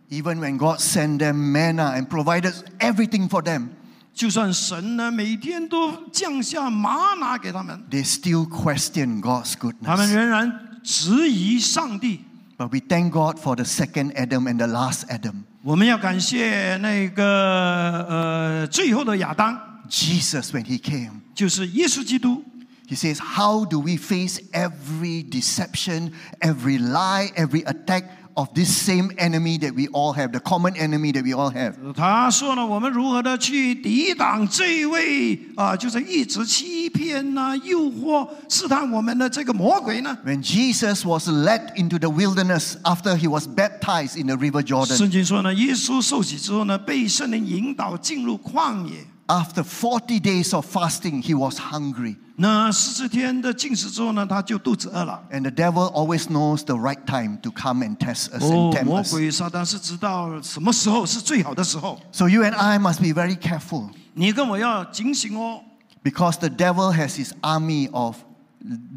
Even when God sent them manna and provided everything for them,
就算神呢每天都降下玛拿给他们，
they still questioned God's
他们
goodness.
仍然质疑上帝。
But we thank God for the second Adam and the last Adam.
我们要感谢那个呃最后的亚当，
Jesus, when he came,
就是耶稣基督。
He says, How do we face every deception, every lie, every attack of this same enemy that we all have, the common enemy that we all have.
他说呢，我们如何的去抵挡这位啊，就是一直欺骗呐、诱惑、试探我们的这个魔鬼呢？
When Jesus was led into the wilderness after he was baptized in the river Jordan,
圣经说呢，耶稣受洗之后呢，被圣灵引导进入旷野。
after 40 days of fasting, he was hungry.
那四十天的禁食之后呢，他就肚子饿了。
And the devil always knows the right time to come and test us
哦
and，tempt
魔
us.
鬼撒旦是知道什么时候是最好的时候，
So you and I must be very careful
你跟我要警醒哦，
because the devil has his army of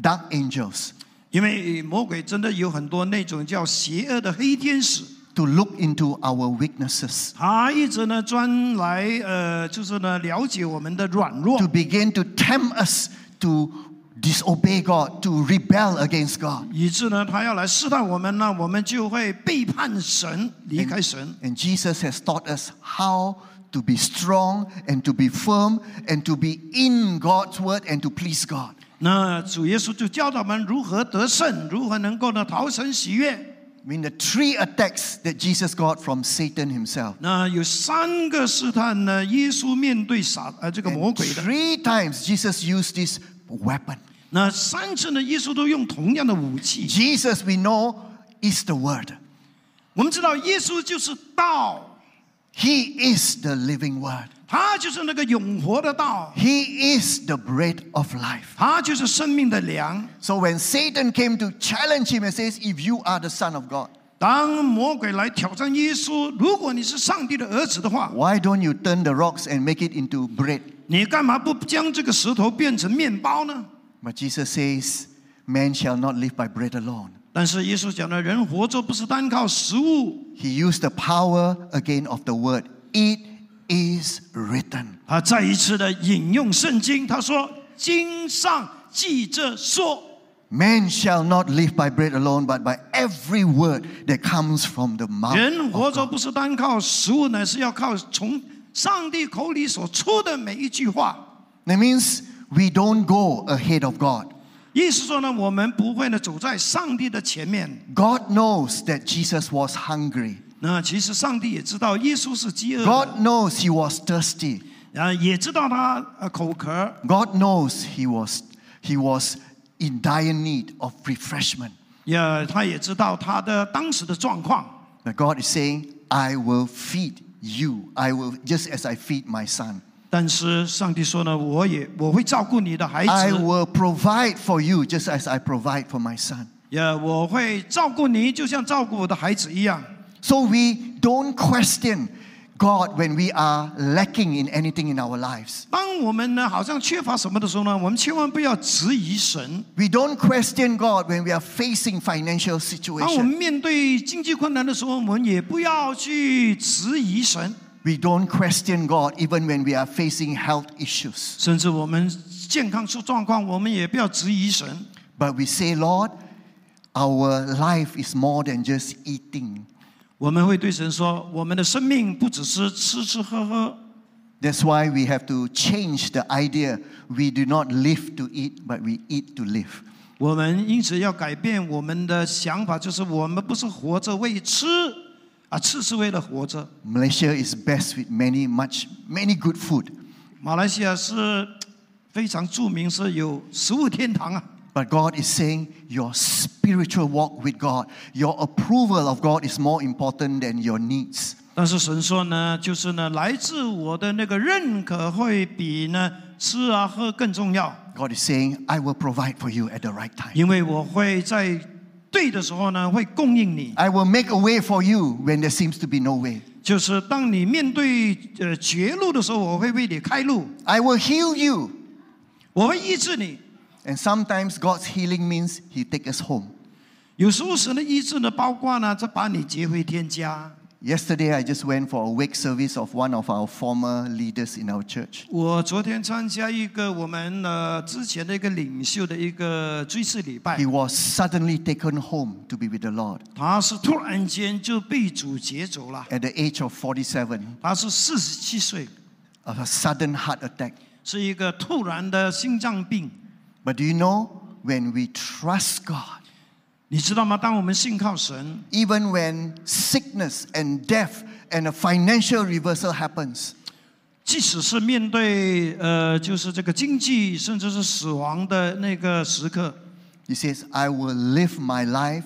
dark angels
因为魔鬼真的有很多那种叫邪恶的黑天使，
to look into our weaknesses,
他一直呢专来呃，就是呢了解我们的软弱
to，begin to tempt us to disobey God, to rebel against God.
以致呢他要来试探我们呢，我们就会背叛神，离开神。
And Jesus has taught us how to be strong and to be firm and to be in God's word and to please God.
那主耶稣就教导我们如何得胜，如何能够呢逃生喜悦。
I mean, the three attacks that Jesus got from Satan himself.
那有三个试探呢，耶稣面对撒呃这个魔
And
鬼的，
three times Jesus used this weapon.
那三次呢，耶稣都用同样的武器。
Jesus, we know, is the Word.
我们知道，耶稣就是道，
He is the living Word.
他就是那个永活的道，
He is the bread of life.
他就是生命的粮。
So when Satan came to challenge him and says, If you are the Son of God,
当魔鬼来挑战耶稣，如果你是上帝的儿子的话，
why don't you turn the rocks and make it into bread?
你干嘛不将这个石头变成面包呢？
But Jesus says, Man shall not live by bread alone.
但是耶稣讲了，人活着不是单靠食物，
He used the power again of the word. It is written.
他再一次的引用圣经，他说：“经上记着说，
Man shall not live by bread alone, but by every word that comes from the mouth.
人
of
活着
God."
不是单靠食物呢，是要靠从上帝口里所出的每一句话。
That means we don't go ahead of God. ”
意思说呢，我们不会呢走在上帝的前面。
God knows that Jesus was hungry.
那其实上帝也知道耶稣是饥饿的，
God knows he was thirsty.
啊，也知道他呃口渴，
God knows he was he was in dire need of refreshment.
也他也知道他的当时的状况。
But God is saying, I will feed you. I will just as I feed my son.
但是上帝说呢，我也我会照顾你的孩
I
子，
will provide for you just as I provide for my son.
也我会照顾你，就像照顾我的孩子一样。
So we don't question God when we are lacking in anything in our lives.
当我们呢好像缺乏什么的时候呢，我们千万不要质疑神。
We don't question God when we are facing financial
当我们
situation.
面对经济困难的时候，我们也不要去质疑神，
We don't question God even when we are facing health issues.
甚至我们健康出状况，我们也不要质疑神。
But we say, Lord, our life is more than just eating.
我们会对神说：“我们的生命不只是吃吃喝喝，
That's why we have to change the idea. We do not live to eat, but we eat to live.
我们因此要改变我们的想法，就是我们不是活着为吃啊，吃是为了活着。
Malaysia is best with many, much, many good food. ”
马来西亚是非常著名，是有食物天堂啊。
But God is saying your spiritual walk with God, your approval of God is more important than your needs.
但是神说呢，就是呢，来自我的那个认可会比呢吃啊喝更重要，
God is saying, I will provide for you at the right time.
因为我会在对的时候呢会供应你。
I will make a way for you when there seems to be no way.
就是当你面对呃绝路的时候，我会为你开路，
I will heal you.
我会医治你。
And sometimes God's healing means He take us home.
有时候神的医治呢，包括呢，这把你接回天家。
Yesterday, I just went for a wake service of one of our former leaders in our church.
我昨天参加一个我们呃之前的一个领袖的一个追思礼拜
He，was suddenly taken home to be with the Lord
他是突然间就被主劫走了，
at the age of 47,
他是四十七岁，
of a sudden heart attack.
是一个突然的心脏病。
But do you know when we trust God,
你知道吗？当我们信靠神，
even when sickness and death and a financial reversal happens.
即使是面对呃，就是这个经济甚至是死亡的那个时刻，
He says, I will live my life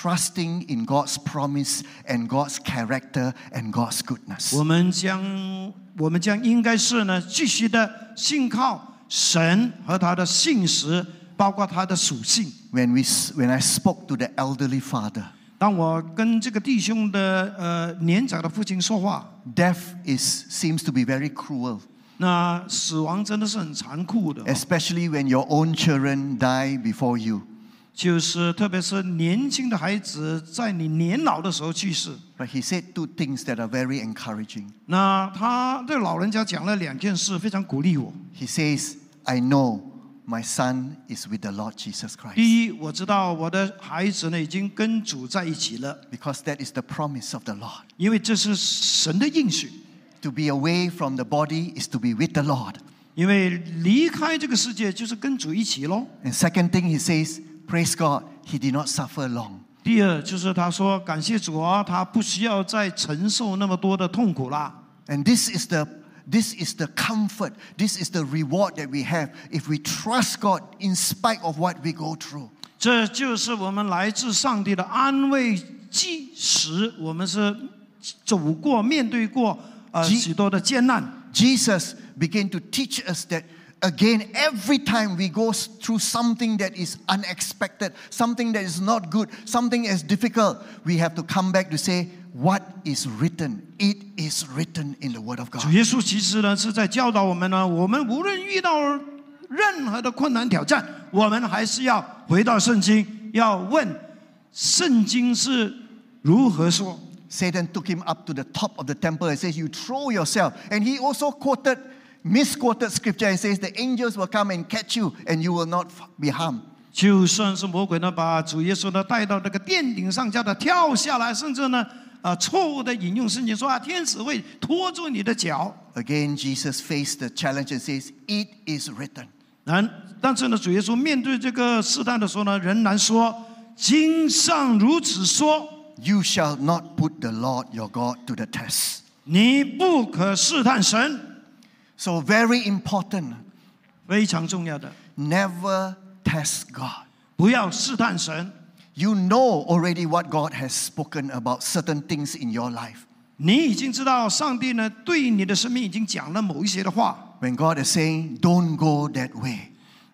trusting in God's promise and God's character and God's goodness.
我们将我们将应该是呢，继续的信靠神和他的信实，包括他的属性。
When, we, s- when I spoke to the elderly father,
当我跟这个弟兄的呃年长的父亲说话，
death is, seems to be very cruel,
那死亡真的是很残酷的，
especially when your own children die before you.
就是特别是年轻的孩子在你年老的时候去世。
But he said two things that are very encouraging.
那他这老人家讲了两件事，非常鼓励我。
He says, I know my son is with the Lord Jesus Christ
第一，我知道我的孩子呢已经跟主在一起了，
because that is the promise of the Lord.
因为这是神的应许。
To be away from the body is to be with the Lord.
因为离开这个世界就是跟主一起喽。
And second thing he says, praise God, he did not suffer long.
第二就是他说感谢主啊，他不需要再承受那么多的痛苦啦。
And this is the this is the comfort, this is the reward that we have if we trust God in spite of what we go through.
这就是我们来自上帝的安慰，即使我们是走过、面对过呃
即
许多的艰难。
Jesus began to teach us that again every time we go s- through something that is unexpected, something that is not good, something as difficult, we have to come back to say what is written. It is written in the word of God.
主耶稣其实呢是在教导我们呢，我们无论遇到任何的困难挑战，我们还是要回到圣经，要问圣经是如何说。
Satan took him up to the top of the temple and says, You throw yourself. And he also quoted, misquoted scripture and says, The angels will come and catch you and you will not f- be harmed.
就算是魔鬼呢，把主耶稣呢带到那个殿顶上，叫他跳下来，甚至呢，啊、错误的引用圣经说啊，天使会拖住你的脚。
Again, Jesus faced the challenge and says, It is written.
然，但是呢，主耶稣面对这个试探的时候呢，仍然说：“经上如此说，
You shall not put the Lord your God to the test.
你不可试探神。
So, very important, ”
非常重要的，
never test God.
不要试探神。
You know already what God has spoken about certain things in your life.
你已经知道上帝呢对你的生命已经讲了某一些的话。
When God is saying, Don't go that way,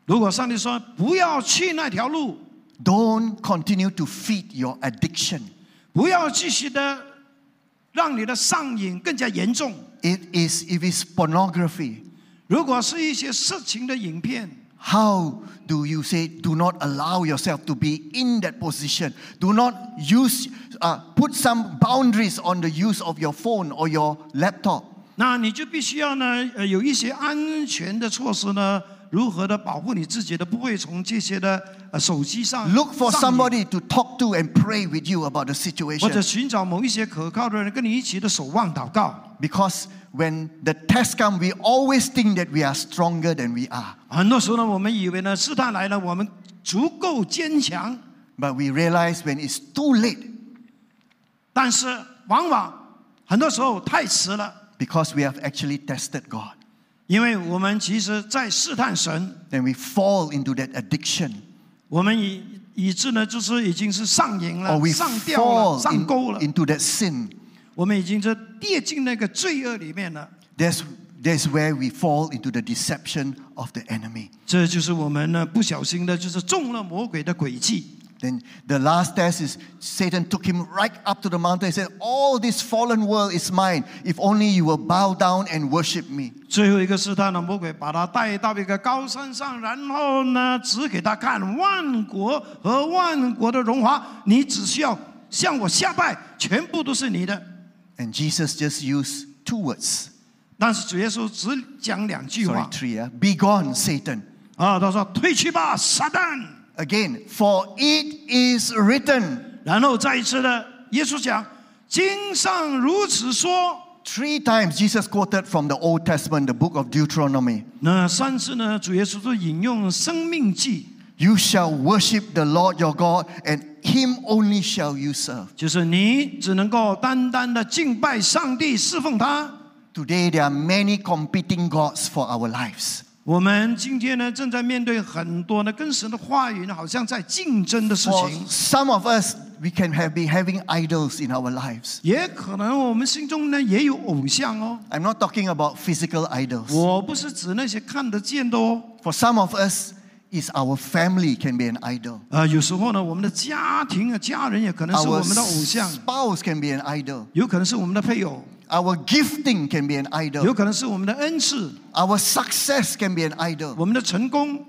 如果上帝说不要去那条路，
Don't continue to feed your addiction.
不要继续的让你的上瘾更加严重。
It is if it's pornography.
如果是一些色情的影片，
How do you say do not allow yourself to be in that position? Do not use uh, put some boundaries on the use of your phone or your laptop.
那你就必须要呢，呃，有一些安全的措施呢，如何的保护你自己的，不会从这些的呃手机上
Look for
上瘾
somebody to talk to and pray with you about the
或者
situation.
寻找某一些可靠的人跟你一起的守望祷告。
Because when the tests come, we always think that we are stronger than we are.
很多时候呢，我们以为呢，试探来了，我们足够坚强，
But we realize when it's too late,
但是往往很多时候太迟了，
because we have actually tested God.
因为我们其实在试探神，
Then we fall into that addiction.
我们以以致呢，就是已经是上瘾
or
了，
哦 we
上吊了，
fall
上
in-
钩了，
into that sin,
我们已经是跌进那个罪恶里面了。
that's, that's where we fall into the deception of the enemy.
这就是我们呢不小心的，就是中了魔鬼的诡计。
Then the last test is Satan took him right up to the mountain and said, All this fallen world is mine if only you will bow down and worship me.
最后一个试探呢，魔鬼把他带到一个高山上，然后呢指给他看万国和万国的荣华，你只需要向我下拜，全部都是你的。
And Jesus just used two words,
但是主耶稣只讲两句
sorry,
话
three, yeah? Be gone, Satan.
啊，他说：“退去吧，撒旦。”
Again, for it is written
然后再一次的，耶稣讲：“经上如此说。
three times, Jesus quoted from the Old Testament, the book of Deuteronomy. ”
那三次呢，主耶稣就引用《生命记
You shall worship the Lord your God, and Him only shall you serve.
就是你只能够单单的敬拜上帝，侍奉他。
Today, there are many competing gods for our lives.
我们今天呢，正在面对很多呢跟神的话语呢，好像在竞争的事
For
情。
some of us, we can have, be having idols in our lives.
也可能我们心中呢也有偶像哦。
I'm not talking about physical idols.
我不是指那些看得见的哦。
For some of us, is our family can be an idol.
啊，有时候呢，我们的家庭啊、家人也可能是我
Our
们的偶像，
spouse can be an idol.
有可能是我们的配偶，
Our gifting can be an
有
idol.
可能是我们的恩赐，
Our success can be an idol.
我们的成功，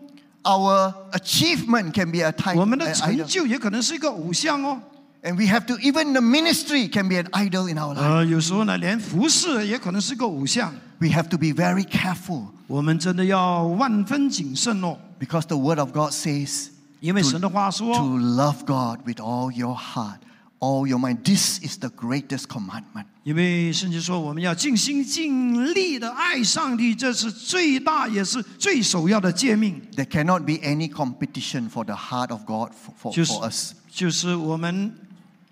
Our achievement can be a type,
我
an
们的成
idol.
就也可能是一个偶像哦。
And we have to, even the ministry can be an idol in our life.
呃，有时候呢，连服饰也可能是个偶像。
We have to be very careful
我们真的要万分谨慎哦，
because the Word of God says
因为神的话
to
说，
love God with all your heart, all your mind. This is the greatest commandment.
因为甚至说我们要尽心尽力的爱上帝，这是最大也是最首要的诫命。
There cannot be any competition for the heart of God for, for,
就是
for us.
就是我们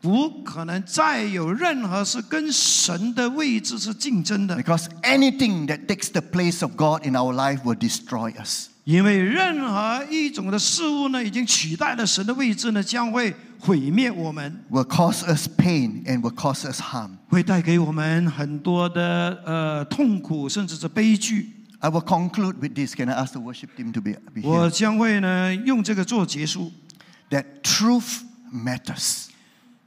不可能再有任何是跟神的位置是竞争的，
Because anything that takes the place of God in our life will destroy us.
因为任何一种的事物呢，已经取代了神的位置呢，将会毁灭我们，
will cause us pain and will cause us harm.
会带给我们很多的呃痛苦，甚至是悲剧。
I will conclude with this. Can I ask the worship team to be, be
我
here?
将会呢用这个做结束。
That truth matters.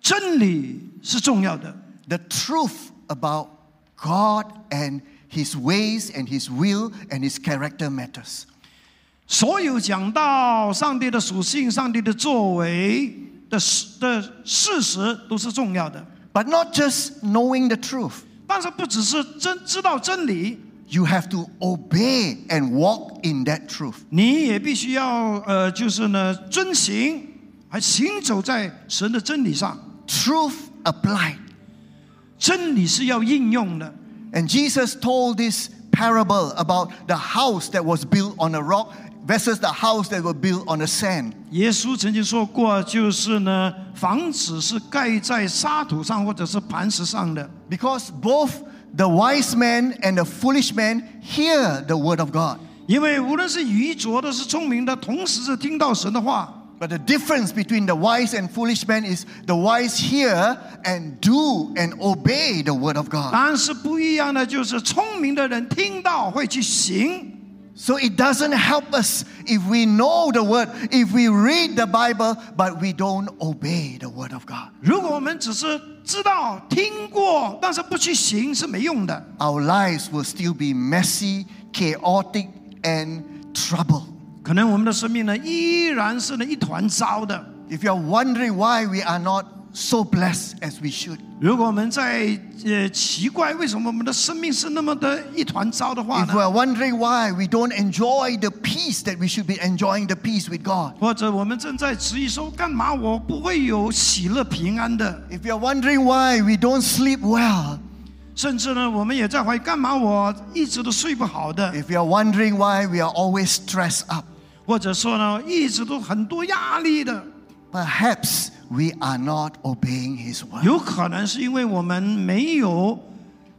真理是重要的，
The truth about God and His ways and His will and His character matters.
所有讲到上帝的属性、上帝的作为的事的事实都是重要的。
But not just knowing the truth,
但是不只是真知道真理，
you have to obey and walk in that truth.
你也必须要呃，就是呢遵行，还行走在神的真理上。
Truth applied.
真理是要应用的。
And Jesus told this parable about the house that was built on a rock versus the house that was built on the sand.
耶稣曾经说过，就是呢，房子是盖在沙土上或者是磐石上的，
Because both the wise man and the foolish man hear the word of God.
因为无论是愚拙的，是聪明的，同时是听到神的话。
But the difference between the wise and foolish man is the wise hear and do and obey the word of God.
但是不一样的就是，聪明的人听到会去行，
So it doesn't help us if we know the word, if we read the Bible, but we don't obey the word of God.
如果我们只是知道听过，但是不去行是没用的，
Our lives will still be messy, chaotic, and trouble.
可能我们的生命呢依然是呢一团糟的。
If you're wondering why we are not so blessed as we should,
如果我们在呃奇怪为什么我们的生命是那么的一团糟的话
If
呢
we，are wondering why we don't enjoy the peace that we should be enjoying the peace with God,
或者我们正在质疑说干嘛我不会有喜乐平安的，
if we are wondering why we don't sleep well,
甚至呢我们也在怀疑干嘛我一直都睡不好的，
if we are wondering why we are always stressed up,
或者说呢一直都很多压力的，
perhaps we are not obeying His word.
有可能是因为我们没有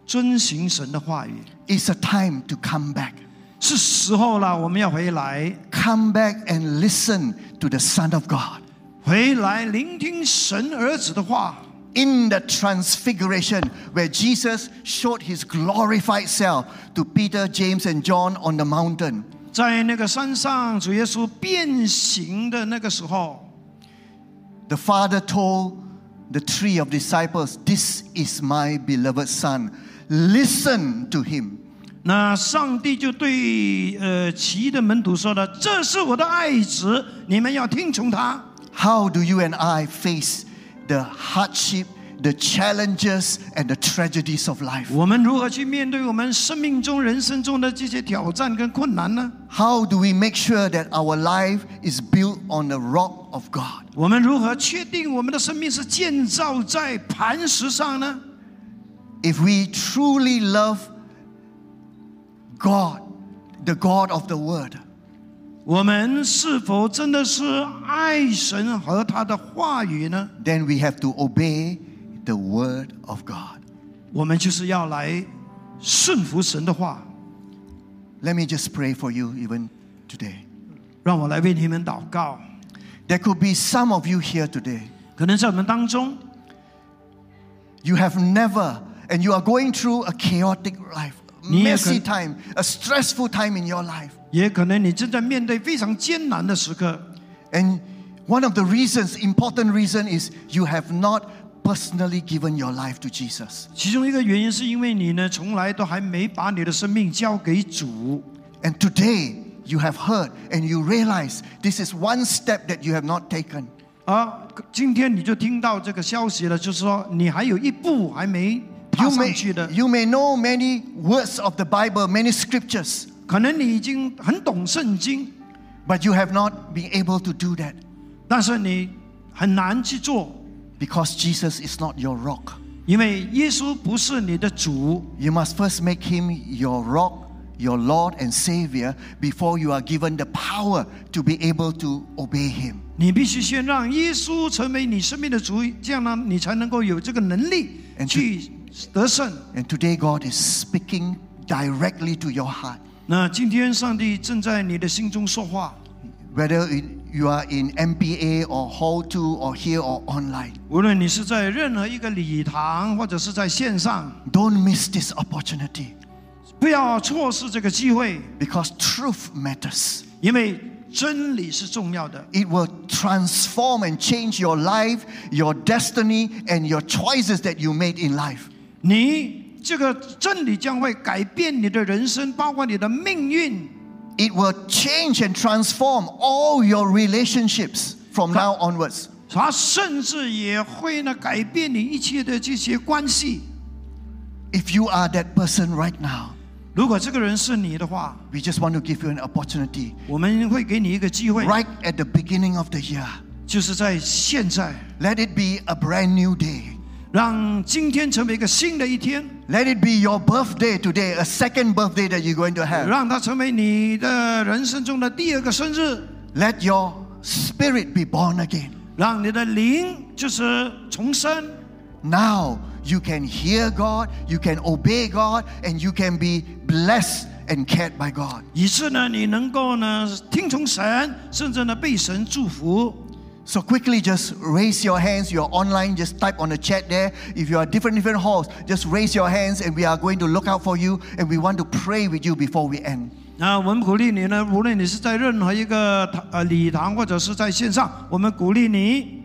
遵行神的话语。
It's a time to come back.
是时候了，我们要回来，
Come back and listen to the Son of God.
回来聆听神儿子的话。
In the transfiguration, where Jesus showed his glorified self to Peter, James, and John on the mountain,
在那个山上，主耶稣变形的那个时候，
The father told the three of disciples, This is my beloved son. Listen to him.
那上帝就对呃其余的门徒说了：“这是我的爱子，你们要听从他。
How do you and I face the hardship, the challenges, and the tragedies of ” life?
我们如何去面对我们生命中、人生中的这些挑战跟困难呢？
How do we make sure that our life is built on the rock of God?
我们如何确定我们的生命是建造在磐石上呢？
If we truly love God, the God of the Word,
我们是否真的是爱神和他的话语呢？
then we have to obey the word of God.
我们就是要来顺服神的话。
Let me just pray for you even today.
让我来为你们祷告。
There could be some of you here today.
可能在我们当中，
You have never, and you are going through a chaotic life,
Ni-
messy time, a stressful time in your life.
也可能你正在面对非常艰难的时刻。
And one of the reasons, important reason, is you have not personally given your life to Jesus.
其中一个原因是因为你呢，从来都还没把你的生命交给主。
And today, you have heard and you realize this is one step that you have not taken.
而啊今天你就听到这个消息了，就是说你还有一步还没踏
You
上
may,
去的。
you may know many words of the Bible, many scriptures,
可能你已经很懂圣经，
but you have not been able to do that
但是你很难去做，
because Jesus is not your rock.
因为耶稣不是你的主。
You must first make him your rock, your Lord and Savior, before you are given the power to be able to obey him.
你必须先让耶稣成为你生命的主，这样呢，你才能够有这个能力
And to-
去得胜。
And today, God is speaking directly to your heart.
那今天上帝正在你的心中说话，
Whether it- you are in MPA or Hall 2 or here or online,
无论你是在任何一个礼堂，或者是在线上，
don't miss this opportunity
不要错失这个机会，
because truth matters.
因为真理是重要的，
It will transform and change your life, your destiny, and your choices that you made in life.
你这个真理将会改变你的人生，包括你的命运。
It will change and transform all your relationships from now onwards.
它甚至也会呢改变你一切的这些关系。
If you are that person right now,
如果这个人是你的话，
we just want to give you an opportunity
我们会给你一个机会，
right at the beginning of the year.
就是在现在，
Let it be a brand new day.
让今天成为一个新的一天，
Let it be your birthday today, a second birthday that you're going to have.
让它成为你的人生中的第二个生日，
Let your spirit be born again.
让你的灵就是重生。
Now you can hear God, you can obey God, and you can be blessed and cared by God.
以致呢，你能够呢听从神，甚至呢被神祝福。
So quickly, just raise your hands. You're online, just type on the chat there. If you are different, different halls, just raise your hands, and we are going to look out for you, and we want to pray with you before we end.
啊，我们鼓励你呢，无论你是在任何一个堂呃礼堂，或者是在线上，我们鼓励你，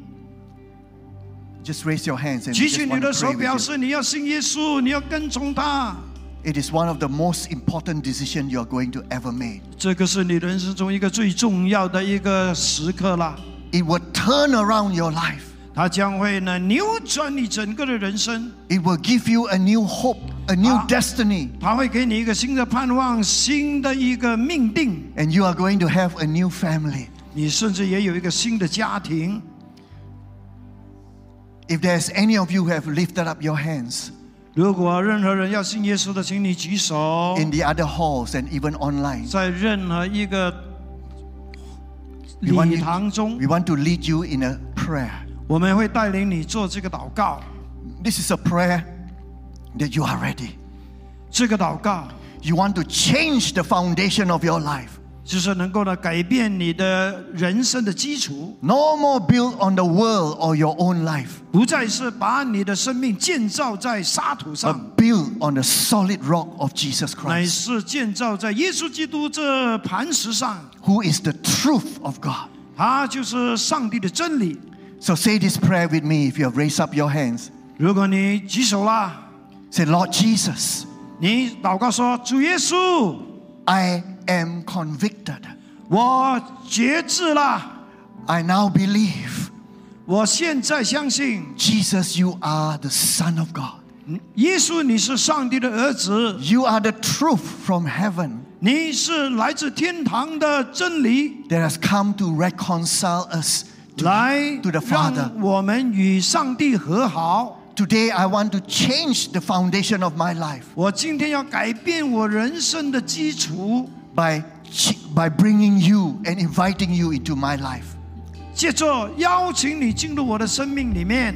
Just raise your hands, and we
举
just
起你
want to
的
pray
手，表
with you.
示你要信耶稣，你要跟从他。
It is one of the most important decisions you are going to ever make.
这个是你人生中一个最重要的一个时刻啦，
It will turn around your life.
它将会呢扭转你整个的人生，
It will give you a new hope, a new
Ah.
destiny,
它会给你一个新的盼望，新的一个命定，
and you are going to have a new family.
你甚至也有一个新的家庭。
If there's any of you who have lifted up your hands
如果任何人要信耶稣的，请你举手，
in the other halls and even online,
在任何一个
We want you-
礼堂中
we，want to lead you in a prayer.
我们会带领你做这个祷告。
This is a prayer that you are ready.
这个祷告
You want to change the foundation of your life.
就是能够呢改变你的人生的基础。
No more built on the world or your own life,
不再是把你的生命建造在沙土上，
but built on the solid rock of Jesus
乃
Christ,
是建造在耶稣基督这磐石上，
who is the truth of God.
它就是上帝的真理。
So say this prayer with me if you have raised up your hands.
如果你举手啦，
Say, Lord Jesus,
你祷告说：“主耶稣，
I am convicted.
我觉知啦，
I now believe,
我现在相信
Jesus, you are the Son of God.
耶稣，你是上帝的儿子，
You are the truth from heaven
你是来自天堂的真理，
that has come to reconcile us to,
来
to the
让
Father.
我们与上帝和好。”
Today, I want to change the foundation of my life
我今天要改变我人生的基础，
by by bringing you and inviting you into my life.
借着邀请你进入我的生命里面，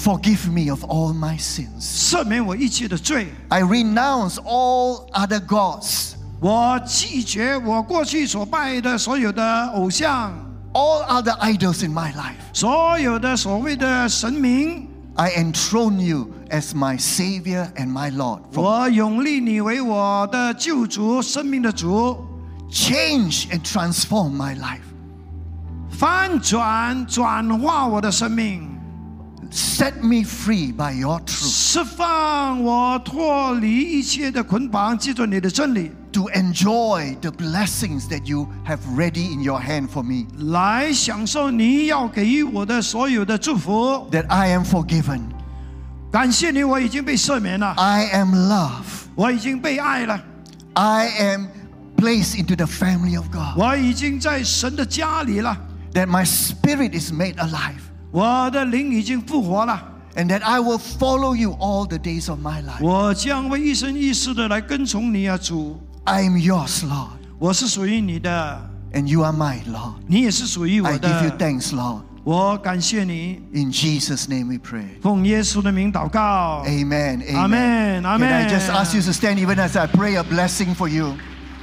Forgive me of all my sins.
赦免我一切的罪。
I renounce all other gods,
我拒绝我过去所拜的所有的偶像，
all other idols in my life.
所有的所谓的神明。
I enthrone you as my Savior and my Lord. For
我永立你为我的救主、生命的主，
change and transform my life.
翻转、转化我的生命，
Set me free by your truth
释放我脱离一切的捆绑，记住你的真理，
to enjoy the blessings that you have ready in your hand for me.
来享受你要给予我的所有的祝福。
That I am forgiven.
感谢你，我已经被赦免了，
I am loved.
我已经被爱了，
I am placed into the family of God.
我已经在神的家里了，
That my spirit is made alive.
我的灵已经复活了，
and that I will follow you all the days of my life.
我将会一生一世的来跟从你啊，主，
I am yours, Lord,
我是属于你的。
and you are mine, Lord.
你也是属于我
I give you
的，
thanks, Lord.
我感谢你，
In Jesus' name we pray.
奉耶稣的名祷告。
Amen. Amen.
Amen,
Can I
amen.
just ask you to stand even as I pray a blessing for you?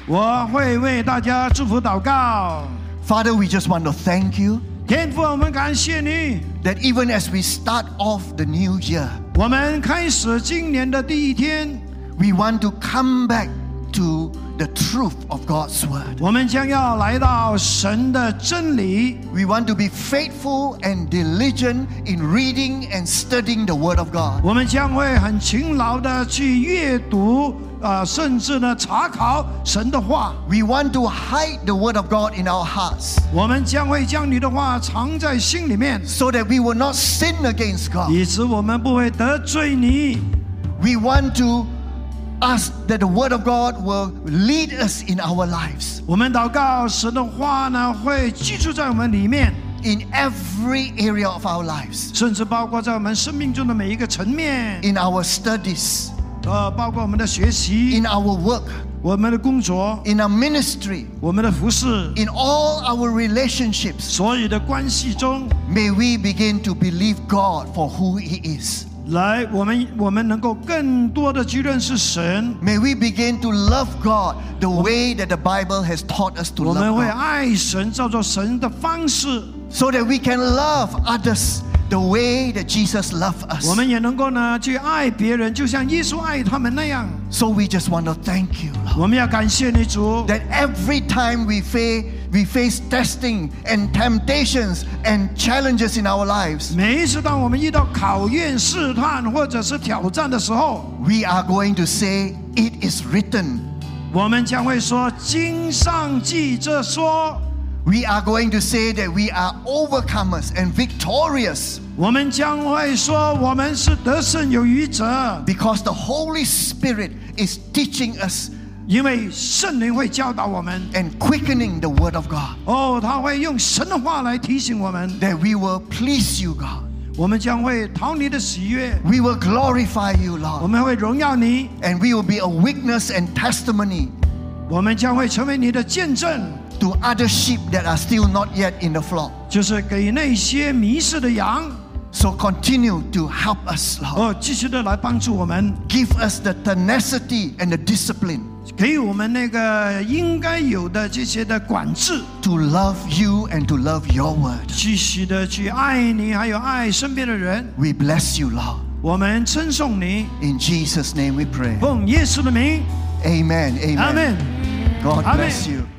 我会为大家祝福祷告。
Father, we just want to thank you
天父，我们感谢你。
that even as we start off the new year,
我们开始今年的第一天，
we want to come back to the truth of God's word.
我们将要来到神的真理，
We want to be faithful and diligent in reading and studying the word of God.
我们将会很勤劳的去阅读，啊、甚至呢查考神的话。
We want to hide the word of God in our hearts
我们将会将你的话藏在心里面，
so that we will not sin against God.
以致我们不会得罪你。
We want to ask that the word of God will lead us in our lives
我们祷告，神的话呢会居住在我们里面，
in every area of our lives,
甚至包括在我们生命中的每一个层面，
in our studies,
呃，包括我们的学习、
in our work,
我们的工作、
in our ministry,
我们的服饰，
in all our relationships.
所有的关系中，
May we begin to believe God for who He is.
来，我们我们能够更多的去认识神，
May we begin to love God the way that the Bible has taught us to
我
love
们会
God.
爱神，照着神的方式，
so that we can love others the way that Jesus loved us.
我们也能够呢去爱别人，就像耶稣爱他们那样。
So we just want to thank you, Lord,
我们要感谢你主，
that every time we face we face testing and temptations and challenges in our lives,
每一次当我们遇到考验、试探或者是挑战的时候，
we are going to say, "It is written."
我们将会说经上记着说，
We are going to say that we are overcomers and victorious
我们将会说我们是得胜有余者，
because the Holy Spirit is teaching us
因为圣灵会教导我们。
and quickening the Word of God
哦，他会用神的话来提醒我们，
that we will please you, God.
我们将会逃离的喜悦，
We will glorify you,
我
Lord.
们会荣耀你，
and we will be a witness and testimony
我们将会成为你的见证，
to other sheep that are still not yet in the flock.
就是给那些迷失的羊。
So continue to help us, Lord.
哦，继续的来帮助我们，
Give us the tenacity and the discipline
给我们那个应该有的这些的管制，
to love you and to love your word.
继续的去爱你，还有爱身边的人。
We bless you, Lord.
我们称颂你，
In Jesus' name we pray.
奉耶稣的名，
Amen. Amen.
阿门。
God
Amen.
bless you.